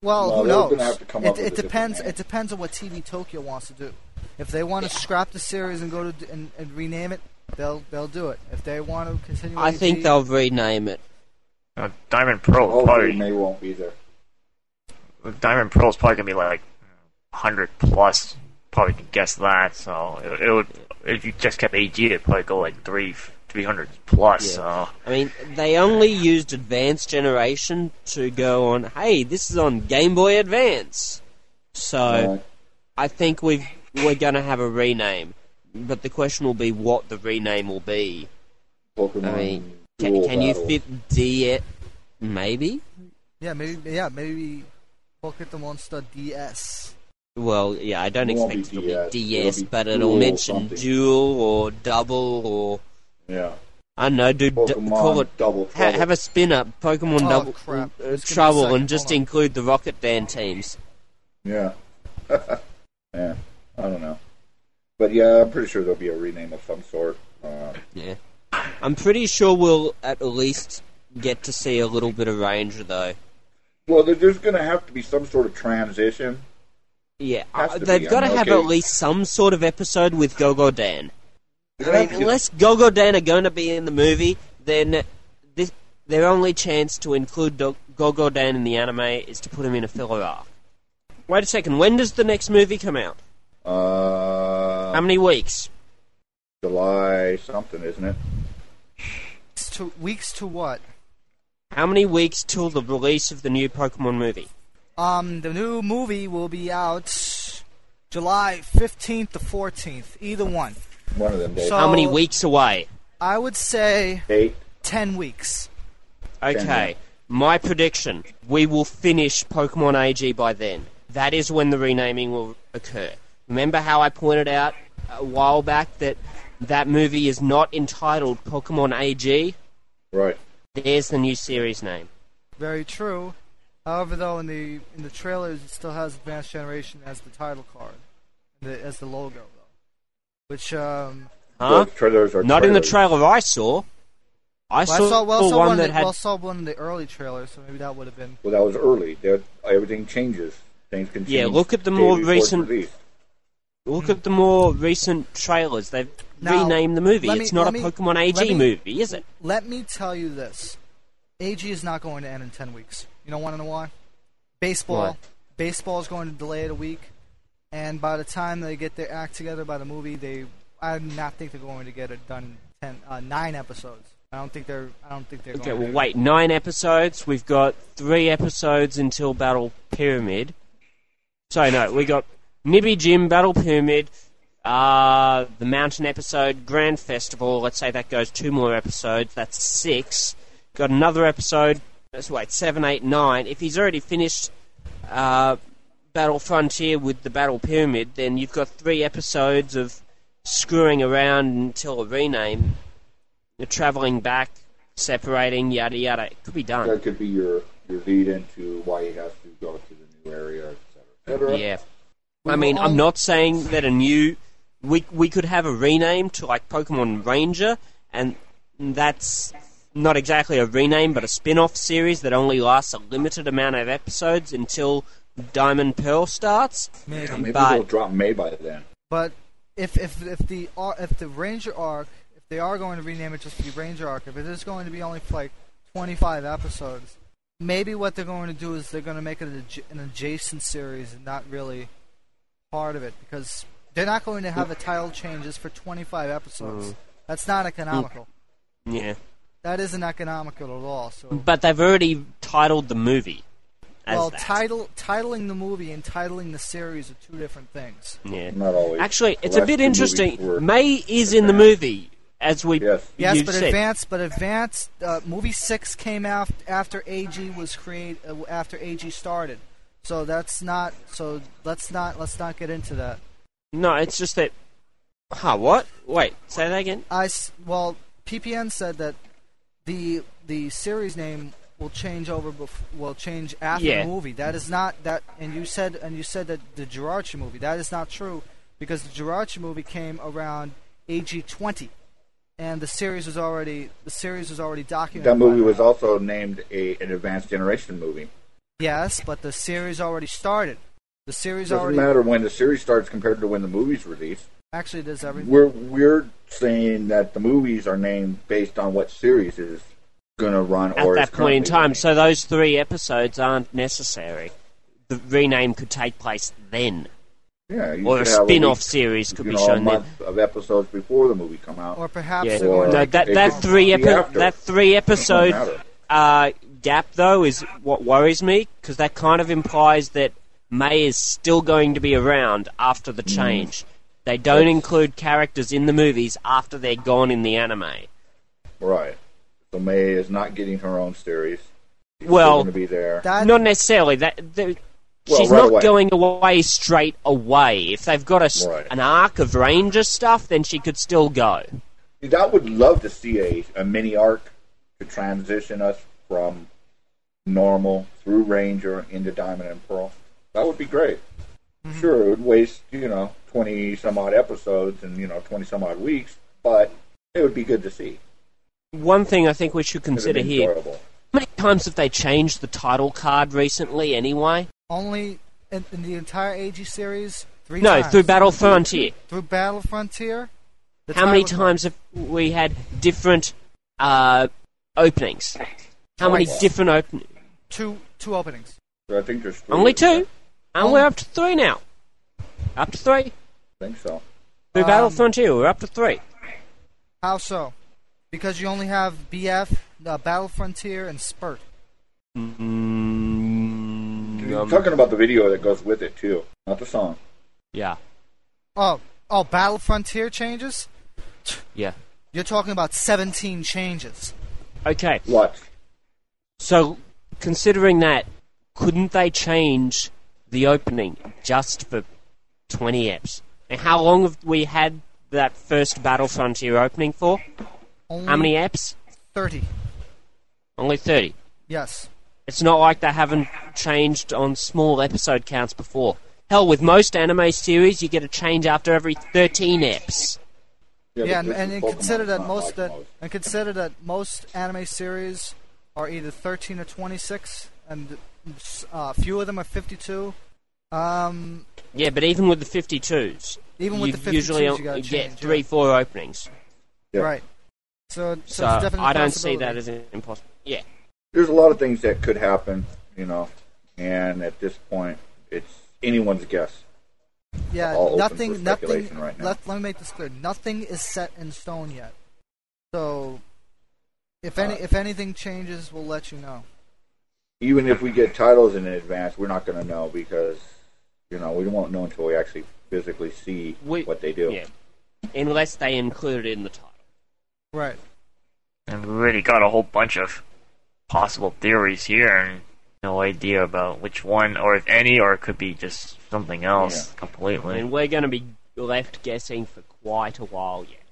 Speaker 1: well
Speaker 3: No,
Speaker 1: who
Speaker 3: they're
Speaker 1: knows
Speaker 3: gonna have to come
Speaker 1: it,
Speaker 3: up with
Speaker 1: it
Speaker 3: a different
Speaker 1: depends
Speaker 3: name.
Speaker 1: it depends on what TV Tokyo wants to do. If they want to scrap the series and go to and, and rename it, they'll they'll do it. If they want to continue,
Speaker 2: I
Speaker 1: AG
Speaker 2: think they'll rename it.
Speaker 7: Uh, Diamond Pearl will
Speaker 3: Hopefully,
Speaker 7: probably
Speaker 3: May won't be there.
Speaker 7: Diamond Pearl is probably gonna be like hundred plus. Probably can guess that. So it, it would if you just kept AG, it'd probably go like three three hundred plus. So
Speaker 2: I mean, they only used Advanced Generation to go on. Hey, this is on Game Boy Advance. So
Speaker 3: Right.
Speaker 2: I think we've we're gonna have a rename, but the question will be what the rename will be.
Speaker 3: Pokemon.
Speaker 2: I mean, Can,
Speaker 3: Duel
Speaker 2: can you
Speaker 3: Battle.
Speaker 2: fit D it? Maybe.
Speaker 1: yeah maybe yeah maybe Pocket the Monster DS.
Speaker 2: Well, yeah, I don't
Speaker 3: It won't
Speaker 2: expect
Speaker 3: be
Speaker 2: it'll be
Speaker 3: DS,
Speaker 2: DS,
Speaker 3: it'll be
Speaker 2: but it'll
Speaker 3: dual
Speaker 2: mention
Speaker 3: something.
Speaker 2: dual or double or
Speaker 3: Yeah.
Speaker 2: I don't know, dude. d-
Speaker 3: Pokemon
Speaker 2: call it
Speaker 3: Double
Speaker 2: Ha-
Speaker 3: Trouble.
Speaker 2: have a spin up Pokemon
Speaker 1: Oh,
Speaker 2: Double
Speaker 1: crap.
Speaker 2: uh,
Speaker 1: Just give me a
Speaker 2: Trouble
Speaker 1: second,
Speaker 2: and just
Speaker 1: hold on.
Speaker 2: include the Rocket Band teams.
Speaker 3: Yeah. yeah. I don't know. But yeah, I'm pretty sure there'll be a rename of some sort. Um,
Speaker 2: Yeah. I'm pretty sure we'll at least get to see a little bit of Ranger though.
Speaker 3: well, there- there's going to have to be some sort of transition
Speaker 2: Yeah,
Speaker 3: Has
Speaker 2: uh,
Speaker 3: to be,
Speaker 2: they've
Speaker 3: I
Speaker 2: got to
Speaker 3: mean,
Speaker 2: have
Speaker 3: okay.
Speaker 2: at least some sort of episode with Gogo Dan. I mean,
Speaker 3: Yeah.
Speaker 2: unless Gogo Dan are going to be in the movie, then this their only chance to include Do- Gogo Dan in the anime is to put him in a filler arc. Wait a second, when does the next movie come out?
Speaker 3: Uh,
Speaker 2: How many weeks?
Speaker 3: July something, isn't it?
Speaker 1: It's to, weeks to what?
Speaker 2: How many weeks till the release of the new Pokemon movie?
Speaker 1: Um, the new movie will be out July 15th to 14th, either one.
Speaker 3: One of them days.
Speaker 1: So-
Speaker 2: How many
Speaker 1: Oh.
Speaker 2: weeks away?
Speaker 1: I would say
Speaker 3: Eight.
Speaker 1: 10 weeks.
Speaker 2: Okay, my prediction: we will finish Pokemon AG by then. That is when the renaming will occur. Remember how I pointed out a while back that that movie is not entitled Pokemon AG.
Speaker 3: Right.
Speaker 2: There's the new series name.
Speaker 1: Very true. However, though, in the in the trailers, it still has Advanced Generation as the title card, the, as the logo, though. Which um,
Speaker 2: Huh?
Speaker 3: Those trailers are
Speaker 2: Not in the
Speaker 3: trailers.
Speaker 2: trailer I saw. I
Speaker 1: well,
Speaker 2: saw,
Speaker 1: I saw, well, I saw
Speaker 2: one,
Speaker 1: one
Speaker 2: that
Speaker 1: in-
Speaker 2: had.
Speaker 1: well, I saw one in the early trailers, so maybe that would have been.
Speaker 3: Well, that was early. There, everything changes. Things can change.
Speaker 2: Yeah, look at the
Speaker 3: day
Speaker 2: more
Speaker 3: before it's
Speaker 2: recent-
Speaker 3: released.
Speaker 2: Look at the more recent trailers. They've
Speaker 1: Now,
Speaker 2: renamed the movie.
Speaker 1: let me-
Speaker 2: it's not a
Speaker 1: let me-
Speaker 2: Pokemon AG
Speaker 1: let me-
Speaker 2: movie, is it?
Speaker 1: Let me tell you this: AG is not going to end in ten weeks. You don't want to know why? Baseball,
Speaker 2: Why?
Speaker 1: baseball is going to delay it a week, and by the time they get their act together by the movie, they I do not think they're going to get it done in ten uh, nine episodes. I don't think they're. I don't think they're.
Speaker 2: Okay,
Speaker 1: going
Speaker 2: well,
Speaker 1: to.
Speaker 2: wait. Nine episodes. We've got three episodes until Battle Pyramid. So no, we got Nibby Jim, Battle Pyramid, uh, the Mountain episode, Grand Festival. Let's say that goes two more episodes. That's six. Got another episode. Let's wait. Seven, eight, nine. If he's already finished uh, Battle Frontier with the Battle Pyramid, then you've got three episodes of screwing around until a rename. You're traveling back, separating, yada yada. It could be done.
Speaker 3: That could be your, your lead into why he has to go to the new area, et cetera, et cetera.
Speaker 2: Yeah.
Speaker 1: We
Speaker 2: I mean,
Speaker 1: were
Speaker 2: I'm
Speaker 1: all-
Speaker 2: not saying that a new we we could have a rename to like Pokemon Ranger, and that's not exactly a rename, but a spin-off series that only lasts a limited amount of episodes until Diamond Pearl starts.
Speaker 1: Maybe.
Speaker 3: Maybe
Speaker 2: But-
Speaker 3: they'll drop May by then.
Speaker 1: But if if if the ar- if the Ranger arc, if they are going to rename it just to be Ranger arc, if it is going to be only for like 25 episodes, maybe what they're going to do is they're going to make it an, adj- an adjacent series and not really part of it because they're not going to have the title changes for 25 episodes.
Speaker 2: Mm-hmm.
Speaker 1: That's not economical.
Speaker 2: Yeah,
Speaker 1: That isn't economical at all. So,
Speaker 2: but they've already titled the movie as
Speaker 1: well,
Speaker 2: that.
Speaker 1: title titling the movie and titling the series are two different things.
Speaker 2: yeah.
Speaker 3: Not always.
Speaker 2: Actually, it's
Speaker 3: The
Speaker 2: a
Speaker 3: last
Speaker 2: bit
Speaker 3: two movies
Speaker 2: interesting.
Speaker 3: were-
Speaker 2: May is in the movie, as we
Speaker 3: Yes.
Speaker 1: Yes,
Speaker 2: you
Speaker 1: but
Speaker 2: said.
Speaker 1: advanced, but advanced. Uh, movie six came out after AG was created, uh, after AG started. So that's not. So let's not. Let's not get into that.
Speaker 2: No, it's just that. Huh? What? Wait, say that again.
Speaker 1: I s- well, PPN said that the the series name will change over. Bef- will change after
Speaker 2: Yeah.
Speaker 1: the movie. That is not that. And you said and you said that the Jirachi movie. That is not true because the Jirachi movie came around AG twenty, and the series was already the series was already documented.
Speaker 3: That movie
Speaker 1: by
Speaker 3: was
Speaker 1: now.
Speaker 3: also named a an Advanced Generation movie.
Speaker 1: Yes, but the series already started. The series
Speaker 3: doesn't
Speaker 1: already
Speaker 3: matter when the series starts compared to when the movie's released.
Speaker 1: actually does everything.
Speaker 3: We're we're saying that the movies are named based on what series is going to run
Speaker 2: at
Speaker 3: or is
Speaker 2: that point in
Speaker 3: currently
Speaker 2: time.
Speaker 3: running.
Speaker 2: So those three episodes aren't necessary. The rename could take place then,
Speaker 3: yeah, you
Speaker 2: or a
Speaker 3: could have
Speaker 2: spin-off
Speaker 3: week-
Speaker 2: series could
Speaker 3: you
Speaker 2: be
Speaker 3: know, a
Speaker 2: shown then.
Speaker 3: month of episodes before the movie come out.
Speaker 1: Or perhaps
Speaker 2: Yeah,
Speaker 1: they're going
Speaker 2: no,
Speaker 1: to
Speaker 3: Or-
Speaker 2: that
Speaker 3: it
Speaker 2: that
Speaker 3: could
Speaker 2: three
Speaker 3: be
Speaker 2: epi-
Speaker 3: after.
Speaker 2: that three
Speaker 3: Doesn't
Speaker 2: episode
Speaker 3: matter.
Speaker 2: uh, gap though is what worries me because that kind of implies that May is still going to be around after
Speaker 3: Mm.
Speaker 2: the change. They don't include characters in the movies after they're gone in the anime.
Speaker 3: Right. So May is not getting her own series. She's
Speaker 2: Well,
Speaker 3: going to be there.
Speaker 1: that
Speaker 2: Not necessarily. That the,
Speaker 3: Well,
Speaker 2: she's
Speaker 3: right
Speaker 2: not
Speaker 3: away.
Speaker 2: going away straight away. If they've got a s
Speaker 3: Right.
Speaker 2: an arc of Ranger stuff, then she could still go.
Speaker 3: Dude, I would love to see a, a mini arc to transition us from normal through Ranger into Diamond and Pearl. That would be great.
Speaker 2: Mm-hmm.
Speaker 3: Sure, it would waste, you know, 20 some odd episodes and, you know, 20 some odd weeks, but it would be good to see.
Speaker 2: One thing I think we should
Speaker 3: It would
Speaker 2: consider
Speaker 3: be
Speaker 2: here:
Speaker 3: enjoyable.
Speaker 2: how many times have they changed the title card recently? Anyway,
Speaker 1: only in, in the entire AG series three
Speaker 2: No,
Speaker 1: times.
Speaker 2: through Battle Frontier.
Speaker 1: Through Battle Frontier. The
Speaker 2: How many
Speaker 1: title-
Speaker 2: times have we had different uh, openings? How many
Speaker 1: Twice.
Speaker 2: different openings?
Speaker 1: Two two openings.
Speaker 3: So I think there's three.
Speaker 2: Only two. And
Speaker 1: Oh.
Speaker 2: we're up to three now. Up to three.
Speaker 3: I think so.
Speaker 2: Through
Speaker 1: Um,
Speaker 2: Battle Frontier, we're up to three.
Speaker 1: How so? Because you only have BF, uh, Battle Frontier, and Spurt.
Speaker 3: You're talking about the video that goes with it too, not the song.
Speaker 2: Yeah,
Speaker 1: Oh, oh, Battle Frontier changes.
Speaker 2: yeah.
Speaker 1: You're talking about 17 changes.
Speaker 2: Okay,
Speaker 3: What?
Speaker 2: so considering that, couldn't they change the opening just for 20 eps? And how long have we had that first Battle Frontier opening for?
Speaker 1: Only
Speaker 2: How many eps?
Speaker 1: 30.
Speaker 2: Only 30.
Speaker 1: Yes.
Speaker 2: It's not like they haven't changed on small episode counts before. Hell, with most anime series, you get a change after every 13 eps.
Speaker 3: but
Speaker 1: Yeah, and,
Speaker 3: this
Speaker 1: and,
Speaker 3: is
Speaker 1: and
Speaker 3: Pokemon,
Speaker 1: consider
Speaker 3: it's
Speaker 1: that
Speaker 3: not
Speaker 1: most
Speaker 3: like
Speaker 1: that, and consider that most anime series are either 13 or 26, and uh, few of them are 52. Um,
Speaker 2: Yeah, but even with the 52s,
Speaker 1: Even with
Speaker 2: you
Speaker 1: the 52s,
Speaker 2: usually
Speaker 1: you gotta
Speaker 2: get
Speaker 1: change,
Speaker 2: three,
Speaker 1: yeah.
Speaker 2: four openings.
Speaker 3: Yeah.
Speaker 1: right. So, so,
Speaker 2: So,
Speaker 1: it's definitely a
Speaker 2: I don't see
Speaker 1: possibility.
Speaker 2: that as impossible. Yeah.
Speaker 3: There's a lot of things that could happen, you know, and at this point, it's anyone's guess.
Speaker 1: Yeah,
Speaker 3: all open
Speaker 1: nothing,
Speaker 3: for
Speaker 1: nothing.
Speaker 3: speculation right now.
Speaker 1: Let, let me make this clear. Nothing is set in stone yet. So, if any, if anything changes, we'll let you know.
Speaker 3: Even if we get titles in advance, we're not going to know because, you know, we won't know until we actually physically see
Speaker 2: We-
Speaker 3: what they do.
Speaker 2: Yeah. Unless they include it in the title.
Speaker 1: Right.
Speaker 7: And we already got a whole bunch of possible theories here and no idea about which one or if any or it could be just something else
Speaker 2: I
Speaker 7: completely.
Speaker 2: mean, we're going to be left guessing for quite a while yet.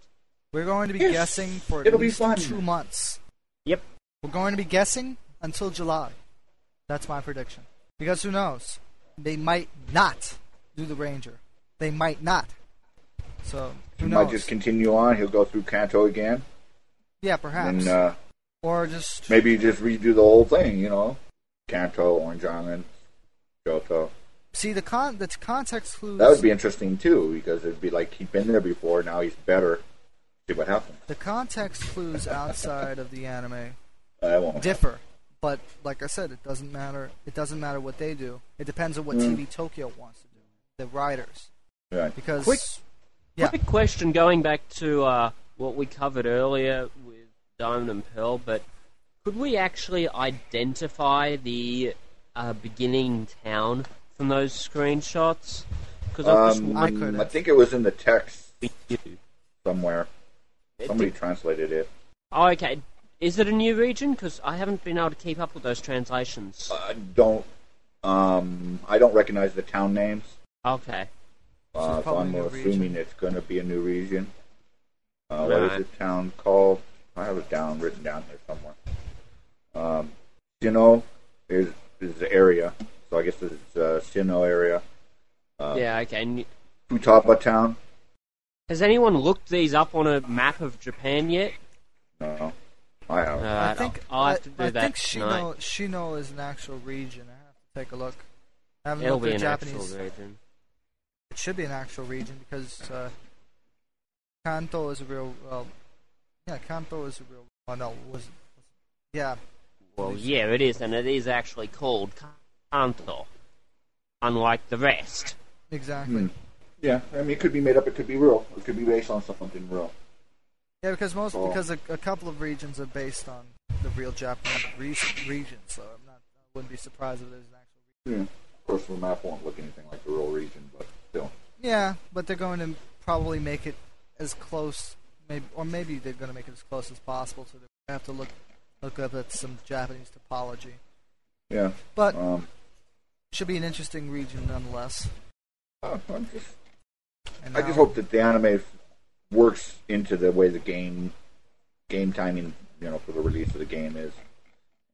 Speaker 1: We're going to be
Speaker 3: Yes.
Speaker 1: guessing for at
Speaker 3: It'll be
Speaker 1: least
Speaker 3: fun.
Speaker 1: two months.
Speaker 2: Yep.
Speaker 1: We're going to be guessing until July. That's my prediction. Because who knows? They might not do the Ranger. They might not. So
Speaker 3: He
Speaker 1: who
Speaker 3: might
Speaker 1: knows?
Speaker 3: just continue on. He'll go through Kanto again,
Speaker 1: yeah, perhaps.
Speaker 3: and uh,
Speaker 1: or just
Speaker 3: maybe just redo the whole thing. You know, Kanto, Orange Island, Johto.
Speaker 1: see the con the context clues.
Speaker 3: That would be interesting too, because it'd be like he'd been there before. Now he's better. See what happens.
Speaker 1: The context clues outside of the anime
Speaker 3: I won't.
Speaker 1: differ, but like I said, it doesn't matter. It doesn't matter what they do. It depends on what TV Tokyo wants to do. The writers,
Speaker 3: Mm. Right.
Speaker 1: because
Speaker 2: Quick-
Speaker 1: yeah,
Speaker 2: Quick question going back to uh, what we covered earlier with Diamond and Pearl, but could we actually identify the uh, beginning town from those screenshots? Because
Speaker 3: Um,
Speaker 1: I could.
Speaker 3: I think it was in the text
Speaker 2: you.
Speaker 3: somewhere. Somebody translated it.
Speaker 2: Oh, okay. Is it a new region? Because I haven't been able to keep up with those translations.
Speaker 3: I don't. Um, I don't recognize the town names,
Speaker 2: Okay.
Speaker 3: uh,
Speaker 1: It's
Speaker 3: so
Speaker 1: probably
Speaker 3: I'm
Speaker 1: a new
Speaker 3: assuming
Speaker 1: region.
Speaker 3: it's going to be a new region. Uh, what is
Speaker 2: Right.
Speaker 3: the town called? I have it down, written down here somewhere. Um, Sino is is the area, so I guess it's uh, Sino area. Uh,
Speaker 2: Yeah, okay. And
Speaker 3: Futaba town.
Speaker 2: has anyone looked these up on a map of Japan yet?
Speaker 3: No, I have.
Speaker 2: Uh,
Speaker 3: not
Speaker 1: I think
Speaker 2: I'll have to do
Speaker 1: I
Speaker 2: that
Speaker 1: think
Speaker 2: tonight.
Speaker 1: Shino Shino is an actual region. I have to take a look. I haven't
Speaker 2: It'll
Speaker 1: looked
Speaker 2: be
Speaker 1: at
Speaker 2: an
Speaker 1: Japanese.
Speaker 2: actual region.
Speaker 1: It should be an actual region because uh, Kanto is a real. Well, yeah, Kanto is a real. Oh no, was yeah.
Speaker 2: Well, yeah, it is, and it is actually called Kanto, unlike the rest.
Speaker 1: Exactly.
Speaker 3: Hmm. yeah, I mean, it could be made up. It could be real. It could be based on something real.
Speaker 1: Yeah, because most
Speaker 3: Oh.
Speaker 1: because a, a couple of regions are based on the real Japanese re- region, so I'm not I wouldn't be surprised if there's an actual.
Speaker 3: Yeah. Of course, the map won't look anything like the real region, but still.
Speaker 1: Yeah, but they're going to probably make it as close, maybe or maybe they're going to make it as close as possible. So they have to look look up at some Japanese topology,
Speaker 3: Yeah.
Speaker 1: but
Speaker 3: Um,
Speaker 1: should be an interesting region nonetheless.
Speaker 3: I don't know, oh, I'm just
Speaker 1: And
Speaker 3: I
Speaker 1: now-
Speaker 3: just hope that the anime works into the way the game game timing, you know, for the release of the game is,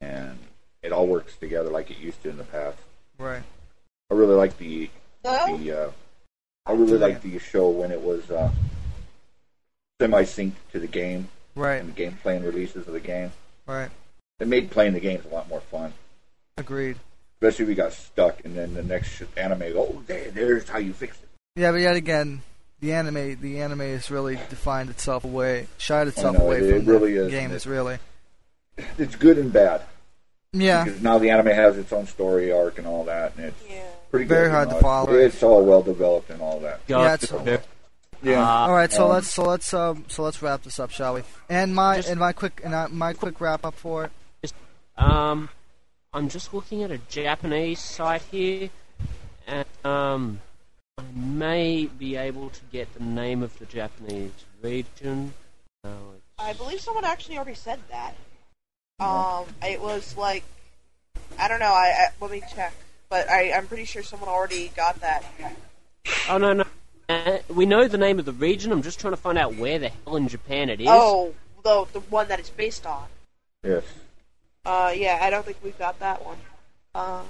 Speaker 3: and it all works together like it used to in the past.
Speaker 1: right.
Speaker 3: I really like the
Speaker 4: No?
Speaker 3: the uh, I really like the show when it was uh, semi synced to the game
Speaker 1: Right,
Speaker 3: and the game playing releases of the game.
Speaker 1: right.
Speaker 3: It made playing the games a lot more fun.
Speaker 1: Agreed.
Speaker 3: Especially if you got stuck, and then the next sh- anime, oh, there, there's how you fix it.
Speaker 1: Yeah, but yet again, the anime the anime has really defined itself away, shied itself
Speaker 3: I know,
Speaker 1: away
Speaker 3: it- it
Speaker 1: from the
Speaker 3: really is.
Speaker 1: game. Is really
Speaker 3: It's good and bad
Speaker 1: yeah.
Speaker 3: because now the anime has its own story arc and all that, and it's
Speaker 4: Yeah.
Speaker 3: pretty
Speaker 1: Very
Speaker 3: good,
Speaker 1: hard
Speaker 3: you
Speaker 1: to
Speaker 3: know,
Speaker 1: follow.
Speaker 3: It's all well developed and all that.
Speaker 1: Yeah, it's-
Speaker 3: Yeah.
Speaker 1: All right, so
Speaker 3: Um,
Speaker 1: let's so let's um so let's wrap this up, shall we? And my
Speaker 2: Just-
Speaker 1: and my quick and I, my quick wrap up for it.
Speaker 2: Um, I'm just looking at a Japanese site here, and um, I may be able to get the name of the Japanese region. Uh,
Speaker 4: I believe someone actually already said that. Um, it was like, I don't know. I, I let me check, but I, I'm pretty sure someone already got that.
Speaker 2: oh no no. Uh, we know the name of the region. I'm just trying to find out where the hell in Japan it is.
Speaker 4: Oh, the the one that it's based on.
Speaker 3: Yes.
Speaker 4: Uh, yeah, I don't think we've got that one. Um,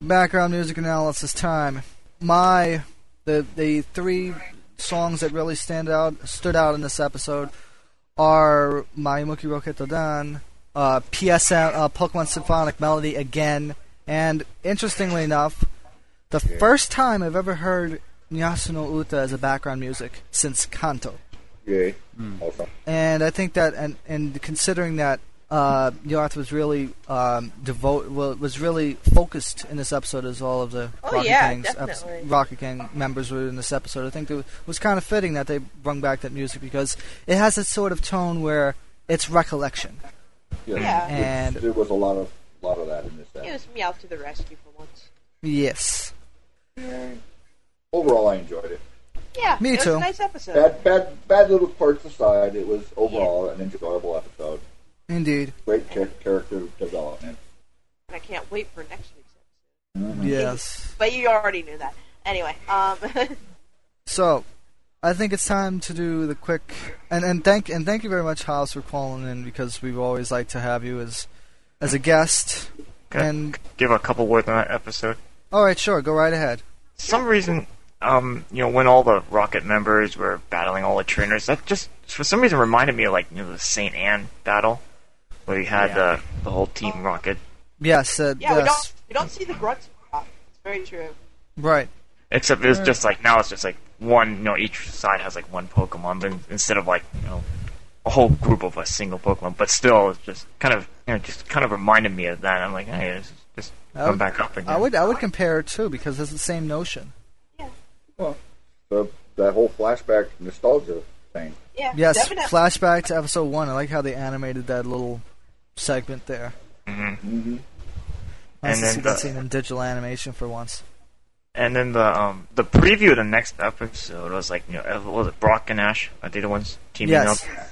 Speaker 1: background music analysis time. My the the three songs that really stand out stood out in this episode are Mayumuki Roketo Dan, uh, PSM uh, Pokemon Symphonic Melody again, and interestingly enough, the first time I've ever heard Nyasuno Uta as a background music since Kanto.
Speaker 3: Yay.
Speaker 1: Hmm.
Speaker 3: Awesome.
Speaker 1: And I think that, and, and considering that uh, Yarth was really um, devote, well, was really focused in this episode, as all of the
Speaker 4: Oh,
Speaker 1: Rocket
Speaker 4: yeah,
Speaker 1: Kings eps-
Speaker 4: definitely.
Speaker 1: Rocket Gang members were in this episode. I think it was kind of fitting that they brought back that music because it has that sort of tone where it's recollection.
Speaker 3: Yes.
Speaker 4: Yeah.
Speaker 1: And-
Speaker 3: there was a lot of lot of that in this.
Speaker 4: it
Speaker 3: Episode.
Speaker 4: was meow to the rescue for once.
Speaker 1: Yes,
Speaker 3: Overall, I enjoyed it.
Speaker 4: Yeah,
Speaker 1: Me
Speaker 4: it was
Speaker 1: too.
Speaker 4: a nice episode.
Speaker 3: Bad, bad, bad little parts aside, it was overall an enjoyable episode.
Speaker 1: indeed.
Speaker 3: Great char- character development.
Speaker 4: and I can't wait for next week's episode.
Speaker 1: Yes.
Speaker 4: But you already knew that. Anyway, um,
Speaker 1: So, I think it's time to do the quick and, and thank and thank you very much, House, for calling in because we've always liked to have you as as a guest.
Speaker 7: Okay.
Speaker 1: And
Speaker 7: give a couple words on that episode.
Speaker 1: All right, sure. Go right ahead.
Speaker 7: some reason, um, you know, when all the Rocket members were battling all the trainers, that just for some reason reminded me of like you know the Saint Anne battle, where you had the the whole team Rocket.
Speaker 1: Yes. Uh,
Speaker 4: yeah, we don't
Speaker 1: yes.
Speaker 4: we don't see the grunts. a lot. It's very true.
Speaker 1: Right.
Speaker 7: Except it's just like now it's just like one, you know, each side has like one Pokemon, but instead of like you know a whole group of a single Pokemon. But still, it's just kind of you know just kind of reminded me of that. I'm like, hey, it's just
Speaker 1: I
Speaker 7: come
Speaker 1: would-
Speaker 7: back up again.
Speaker 1: Oh, I would I would compare it too because it's the same notion.
Speaker 3: So that whole flashback nostalgia thing.
Speaker 4: Yeah.
Speaker 1: Yes.
Speaker 4: definitely.
Speaker 1: Flashback to episode one. I like how they animated that little segment there.
Speaker 3: Mm-hmm.
Speaker 1: Nice
Speaker 7: And
Speaker 1: to
Speaker 7: then
Speaker 1: see that
Speaker 7: the-
Speaker 1: scene in digital animation for once.
Speaker 7: And then the um the preview of the next episode was like you know uh, what was it Brock and Ash are they the ones teaming
Speaker 1: Yes.
Speaker 7: up?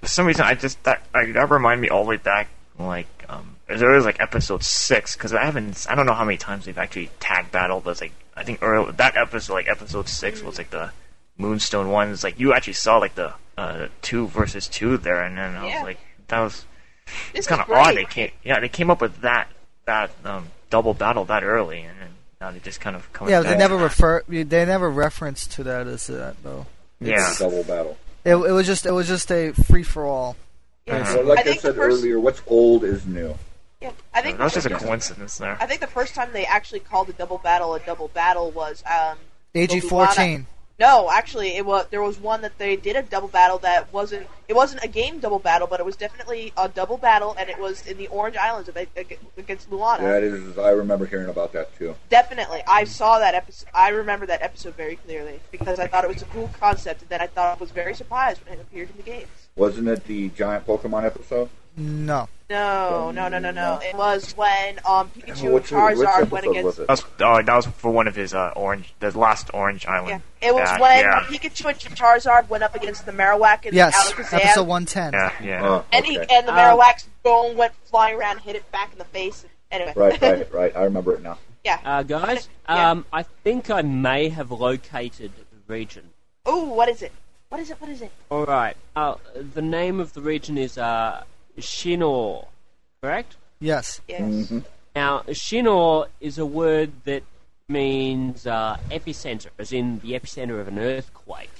Speaker 7: For some reason I just that like, that reminded me all the way back like um there was like episode six because I haven't I don't know how many times they've actually tag battled but it's like I think early, that episode like episode six was like the Moonstone one it's like you actually saw like the uh two versus two there and then I
Speaker 4: Yeah.
Speaker 7: was like that was
Speaker 4: This
Speaker 7: it's kind
Speaker 4: is
Speaker 7: of
Speaker 4: great.
Speaker 7: odd they came yeah they came up with that that um double battle that early and then now they just kind of come
Speaker 1: Yeah,
Speaker 7: back.
Speaker 1: but they never refer. They never reference to that as that though.
Speaker 7: Yeah.
Speaker 3: Double battle.
Speaker 1: It, it was just it was just a free for all.
Speaker 7: Mm-hmm.
Speaker 4: Yeah.
Speaker 3: So like
Speaker 4: I
Speaker 3: I,
Speaker 4: think the
Speaker 3: said
Speaker 4: first-
Speaker 3: earlier, what's old is new.
Speaker 4: Yeah, I think
Speaker 7: That was just a
Speaker 4: the-
Speaker 7: coincidence there.
Speaker 4: I think the first time they actually called a double battle a double battle was um
Speaker 1: AG fourteen.
Speaker 4: no, actually it was there was one that they did a double battle that wasn't it wasn't a game double battle, but it was definitely a double battle and it was in the Orange Islands ab- ag- against Luana.
Speaker 3: That is, I remember hearing about that too.
Speaker 4: Definitely. I saw that episode I remember that episode very clearly because I thought it was a cool concept and then I thought I was very surprised when it appeared in the games.
Speaker 3: Wasn't it the giant Pokemon episode?
Speaker 1: No.
Speaker 4: No, no, no, no, no. It was when um Pikachu
Speaker 3: Which- which
Speaker 4: and Charizard
Speaker 3: episode
Speaker 4: went against
Speaker 3: was it?
Speaker 7: That was, oh, that was for one of his uh, orange, the last Orange
Speaker 4: Yeah.
Speaker 7: Island.
Speaker 4: It was
Speaker 7: Yeah,
Speaker 4: when
Speaker 7: yeah,
Speaker 4: Pikachu and Charizard went up against the Marowak and
Speaker 1: Yes.
Speaker 4: the Alakazam.
Speaker 1: Episode one ten.
Speaker 7: yeah, yeah.
Speaker 3: Oh,
Speaker 4: And, he,
Speaker 3: okay.
Speaker 2: Um,
Speaker 4: and the Marowak's bone went flying around, hit it back in the face. Anyway.
Speaker 3: Right, right, right. I remember it now.
Speaker 4: yeah.
Speaker 2: Uh, guys,
Speaker 4: Yeah.
Speaker 2: um, I think I may have located the region.
Speaker 4: Ooh, what is it? What is it? What is it?
Speaker 2: All right. Uh, the name of the region is uh, Shinor, correct?
Speaker 1: Yes.
Speaker 4: Yes.
Speaker 3: Mm-hmm.
Speaker 2: Now, Shinor is a word that means uh, epicenter, as in the epicenter of an earthquake.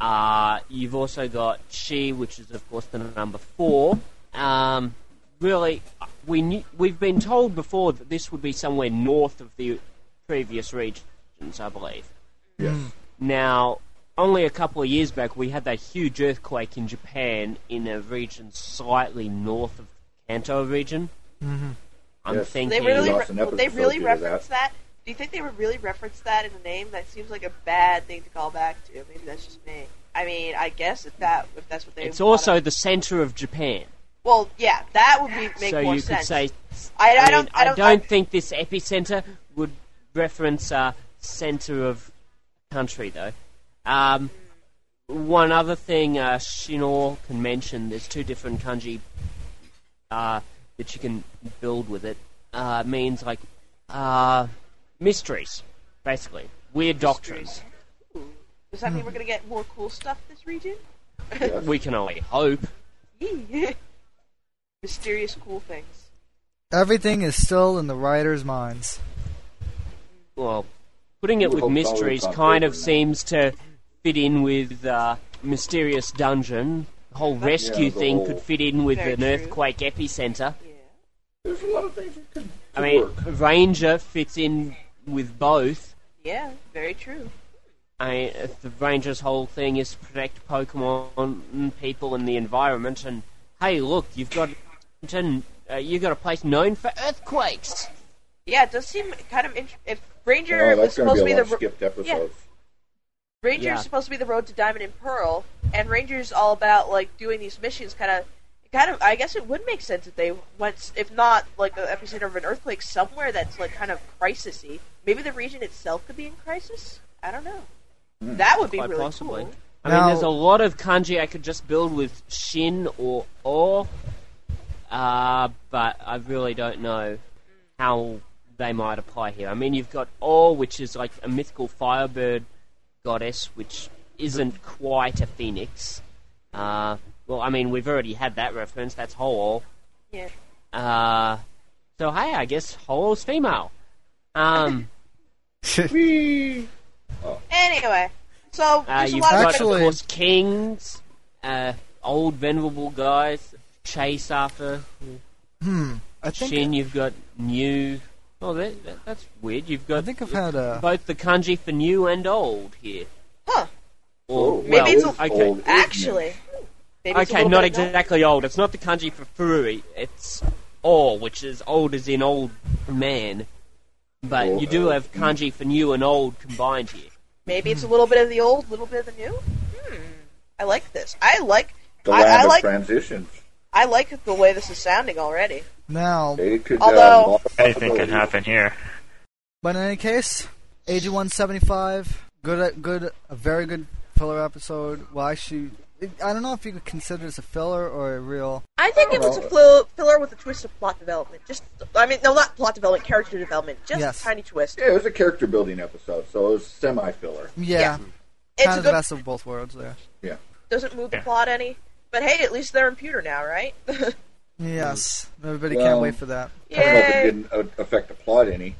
Speaker 2: Uh, you've also got She, which is, of course, the number four. Um, really, we knew, we've been told before that this would be somewhere north of the previous regions, I believe.
Speaker 3: Yes.
Speaker 2: Now, only a couple of years back, we had that huge earthquake in Japan in a region slightly north of the Kanto region. Mm-hmm. I'm
Speaker 3: Yes. They
Speaker 4: They
Speaker 2: thinking.
Speaker 4: really,
Speaker 3: lost an
Speaker 4: re-
Speaker 3: effort
Speaker 4: they really
Speaker 3: associated with
Speaker 4: referenced that. Do you think they would really reference that in the name? That seems like a bad thing to call back to. Maybe that's just me. I mean, I guess if that if that's what they.
Speaker 2: it's
Speaker 4: wanna-
Speaker 2: also the center of Japan.
Speaker 4: well, yeah, that would be make
Speaker 2: so
Speaker 4: more
Speaker 2: you
Speaker 4: sense.
Speaker 2: could say.
Speaker 4: I- I
Speaker 2: mean,
Speaker 4: don't- I don't- I-
Speaker 2: think this epicenter would reference uh, center of country though. Um, one other thing, uh, Shinor can mention. There's two different kanji uh, that you can build with it. Uh, means like uh, mysteries, basically weird doctrines.
Speaker 4: Does that mean we're gonna get more cool stuff this region?
Speaker 2: We can only hope.
Speaker 4: Yee. Mysterious cool things.
Speaker 1: Everything is still in the writers' minds.
Speaker 2: well, putting it
Speaker 3: We
Speaker 2: with
Speaker 3: hope
Speaker 2: mysteries
Speaker 3: Dolly
Speaker 2: kind of
Speaker 3: Parton-
Speaker 2: seems to fit in with uh, mysterious dungeon. The whole rescue
Speaker 3: Yeah, the
Speaker 2: thing
Speaker 3: whole-
Speaker 2: could fit in with
Speaker 4: Very
Speaker 2: an
Speaker 4: true.
Speaker 2: earthquake epicenter.
Speaker 4: Yeah.
Speaker 3: There's a lot of things that could
Speaker 2: I mean,
Speaker 3: work.
Speaker 2: Ranger fits in with both.
Speaker 4: Yeah. Very true.
Speaker 2: I mean, if the Ranger's whole thing is to protect Pokemon people and the environment. And hey, look, you've got uh, you've got a place known for earthquakes.
Speaker 4: Yeah, it does seem kind of int- if Ranger
Speaker 3: Oh,
Speaker 4: was
Speaker 3: that's going
Speaker 4: supposed
Speaker 3: to
Speaker 4: to
Speaker 3: be
Speaker 4: be
Speaker 3: a
Speaker 4: the
Speaker 3: lot
Speaker 4: ro-
Speaker 3: of skipped episodes.
Speaker 4: Ranger's
Speaker 2: Yeah.
Speaker 4: supposed to be the road to Diamond and Pearl, and Ranger's all about like doing these missions. Kind of, kind of. I guess it would make sense if they went, if not like the epicenter of an earthquake somewhere that's like kind of crisisy. Maybe the region itself could be in crisis. I don't know.
Speaker 3: Hmm.
Speaker 4: That would be
Speaker 2: Quite
Speaker 4: really
Speaker 2: possibly.
Speaker 4: cool.
Speaker 2: I
Speaker 1: Now-
Speaker 2: mean, there's a lot of kanji I could just build with shin or or, uh, but I really don't know how they might apply here. I mean, you've got or, which is like a mythical firebird goddess, which isn't quite a phoenix. Uh, well, I mean, we've already had that reference. That's Hool.
Speaker 4: Yeah.
Speaker 2: Uh, so hey, I guess Hool's female. Um,
Speaker 4: Anyway, so
Speaker 2: Uh,
Speaker 4: there's a
Speaker 2: you've
Speaker 4: lot
Speaker 2: got,
Speaker 4: of
Speaker 1: Actually-
Speaker 2: of course, kings, uh, old venerable guys, chase after
Speaker 1: I think
Speaker 2: Shin. You've got new. Oh, that, that, that's weird. You've got
Speaker 1: I think I've had a.
Speaker 2: both the kanji for new and old here.
Speaker 4: Huh.
Speaker 2: Or,
Speaker 3: Oh,
Speaker 2: well,
Speaker 4: maybe it's a-
Speaker 2: okay,
Speaker 3: old, isn't it?
Speaker 4: actually. Maybe it's a
Speaker 2: okay,
Speaker 4: little
Speaker 2: not
Speaker 4: bit of both.
Speaker 2: exactly old. It's not the kanji for furui. It's or, which is old as in old man. But
Speaker 3: Or,
Speaker 2: you do
Speaker 3: uh,
Speaker 2: have kanji for new and old combined here.
Speaker 4: Maybe
Speaker 2: Hmm.
Speaker 4: it's a little bit of the old, a little bit of the new. Hmm. I like this. I like.
Speaker 3: The
Speaker 4: I,
Speaker 3: land
Speaker 4: I
Speaker 3: of
Speaker 4: like.
Speaker 3: transitions.
Speaker 4: I like the way this is sounding already.
Speaker 1: Now,
Speaker 3: It could uh,
Speaker 4: Although-
Speaker 3: have a lot of
Speaker 7: Anything can
Speaker 3: possibilities.
Speaker 7: happen here.
Speaker 1: But in any case, AG one seventy five, good, good, a very good filler episode. Well, actually, it- I don't know if you could consider this a filler or a real.
Speaker 4: I think it was a fl- filler with a twist of plot development. Just, I mean, no, not plot development, character development. Just
Speaker 1: Yes.
Speaker 4: a tiny twist.
Speaker 3: Yeah, it was a character building episode, so it was semi filler.
Speaker 1: Yeah,
Speaker 4: It's
Speaker 1: kind
Speaker 4: a
Speaker 1: of the
Speaker 4: good.
Speaker 1: best of both worlds there.
Speaker 4: Doesn't move the
Speaker 7: Yeah.
Speaker 4: plot any. But hey, at least they're in pewter now, right?
Speaker 1: Yes, everybody
Speaker 3: Well-
Speaker 1: can't wait for that.
Speaker 3: I don't know if it
Speaker 4: Yay!
Speaker 3: didn't uh, affect the plot any.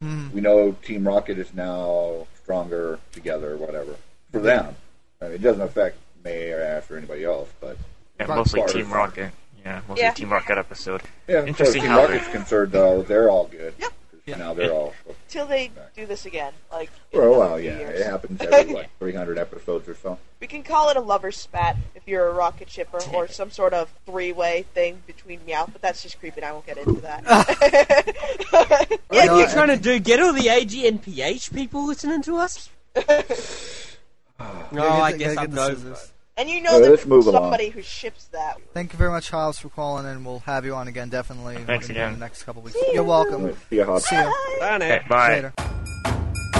Speaker 3: We know Team Rocket is now stronger together, whatever. For them, I mean, it doesn't affect May or Ash or anybody else, but
Speaker 7: Yeah,
Speaker 1: Rock
Speaker 7: mostly
Speaker 3: Quarter.
Speaker 7: Team Rocket. Yeah, mostly
Speaker 4: Yeah.
Speaker 7: Team Rocket episode.
Speaker 3: yeah, as far as
Speaker 7: Interesting
Speaker 3: Team
Speaker 7: how they-
Speaker 3: Rocket's concerned, though they're all good.
Speaker 4: Yep.
Speaker 5: Yeah.
Speaker 3: Now they're all
Speaker 4: Till they do this again, like in
Speaker 3: well,
Speaker 4: another
Speaker 3: well,
Speaker 4: few
Speaker 3: yeah,
Speaker 4: years.
Speaker 3: it happens every like 300 episodes or so.
Speaker 4: We can call it a lover's spat if you're a rocket shipper or some sort of three-way thing between Meowth, but that's just creepy. and I won't get into that.
Speaker 1: Yeah,
Speaker 2: What are you
Speaker 1: I-
Speaker 2: trying to do? Get all the AGNPH people listening to us? no,
Speaker 1: Gotta
Speaker 2: I
Speaker 1: get the-
Speaker 5: guess
Speaker 1: gotta
Speaker 5: I'm
Speaker 1: get the
Speaker 5: going
Speaker 1: scissors.
Speaker 4: and you
Speaker 3: Well,
Speaker 4: know there's
Speaker 3: let's move along.
Speaker 4: somebody who ships that.
Speaker 1: Thank you very much, Hobbs, for calling, and we'll have you on again definitely
Speaker 7: Thanks
Speaker 1: in
Speaker 7: again.
Speaker 1: the next couple weeks. You're welcome.
Speaker 3: See ya, Hobbs.
Speaker 1: See you
Speaker 7: Okay, bye.
Speaker 1: later.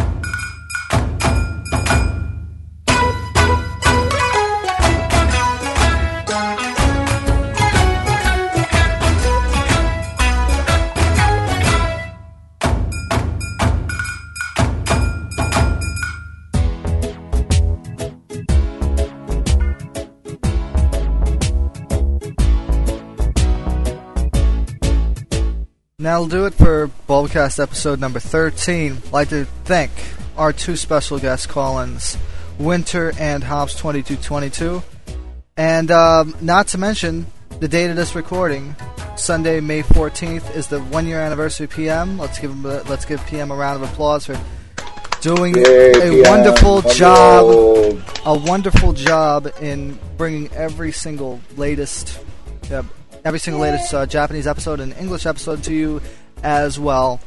Speaker 1: And that'll do it for Bulbcast episode number 13. I'd like to thank our two special guests, Collins, Winter, and Hobbs2222. And um, not to mention the date of this recording, Sunday, May 14th, is the one year anniversary of PM. Let's give him a, let's give PM a round of applause for doing a wonderful job, a wonderful job in bringing every single latest, uh, every single latest uh, Japanese episode and English episode to you as well.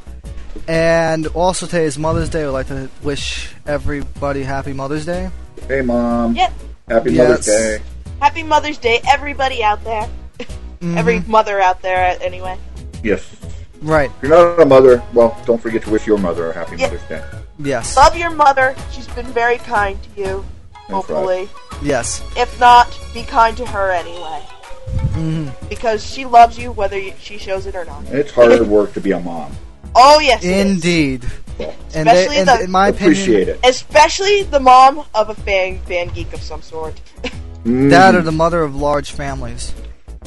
Speaker 1: And also today is Mother's Day. We'd like to wish everybody happy Mother's Day.
Speaker 3: Hey, mom.
Speaker 4: Yep.
Speaker 3: Happy
Speaker 1: Yes.
Speaker 3: Mother's Day.
Speaker 4: Happy Mother's Day, everybody out there.
Speaker 1: Mm-hmm.
Speaker 4: Every
Speaker 3: Mm-hmm.
Speaker 4: mother out there, anyway.
Speaker 3: Yes.
Speaker 1: Right.
Speaker 3: If you're not a mother, well, don't forget to wish your mother a happy
Speaker 4: Yeah.
Speaker 3: Mother's Day.
Speaker 1: Yes.
Speaker 4: Love your mother. She's been very kind to you.
Speaker 3: That's
Speaker 4: hopefully,
Speaker 1: Yes.
Speaker 4: if not, be kind to her anyway,
Speaker 1: hmm
Speaker 4: because she loves you whether you, she shows it or not.
Speaker 3: And it's harder work to be a mom.
Speaker 4: Oh yes, it is.
Speaker 1: Indeed. And, they,
Speaker 4: Especially
Speaker 1: and
Speaker 4: the-
Speaker 1: in my opinion,
Speaker 3: Appreciate it.
Speaker 4: Especially the mom of a fan fan geek of some sort.
Speaker 3: Mm.
Speaker 1: that are the mother of large families.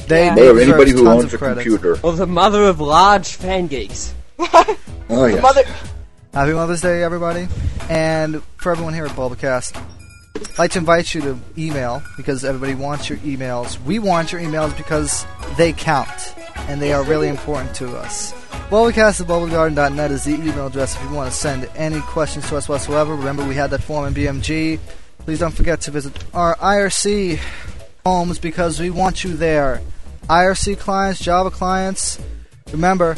Speaker 1: They,
Speaker 4: Yeah.
Speaker 1: they
Speaker 3: Mother of
Speaker 1: deserve
Speaker 3: anybody who
Speaker 1: tons
Speaker 3: owns a
Speaker 1: of credit.
Speaker 3: computer.
Speaker 2: Or the mother of large fan geeks.
Speaker 3: Oh,
Speaker 4: The
Speaker 3: yes.
Speaker 4: mother.
Speaker 1: Happy Mother's Day, everybody. And for everyone here at Bulbacast, I'd like to invite you to email because everybody wants your emails. We want your emails because they count and they are really important to us. Bulbacast at bubblegarden.net is the email address if you want to send any questions to us whatsoever. Remember, we had that form in BMG. Please don't forget to visit our IRC homes because we want you there. IRC clients, Java clients, remember,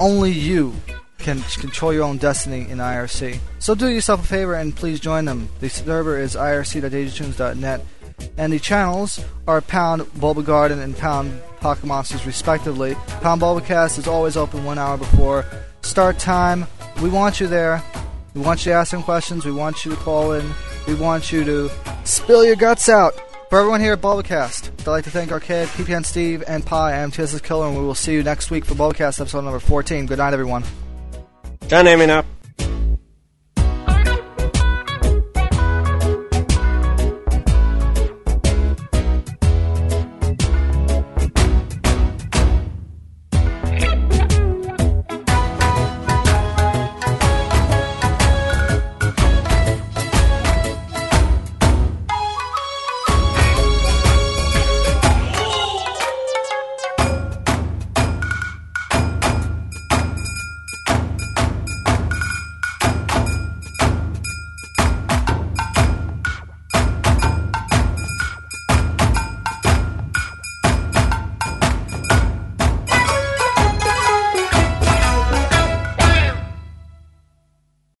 Speaker 1: only you can control your own destiny in IRC. So do yourself a favor and please join them. The server is irc.daisytunes.net, and the channels are Pound Bulba Garden and Pound Pocket Monsters, respectively. Pound Bulbacast is always open one hour before start time. We want you there. We want you to ask some questions. We want you to call in. We want you to spill your guts out. For everyone here at Bulbacast, I'd like to thank Arcade, PPN Steve, and Pi. I'm TSS Killer, and we will see you next week for Bulbacast episode number 14. Good night, everyone.
Speaker 2: Don't aim it up.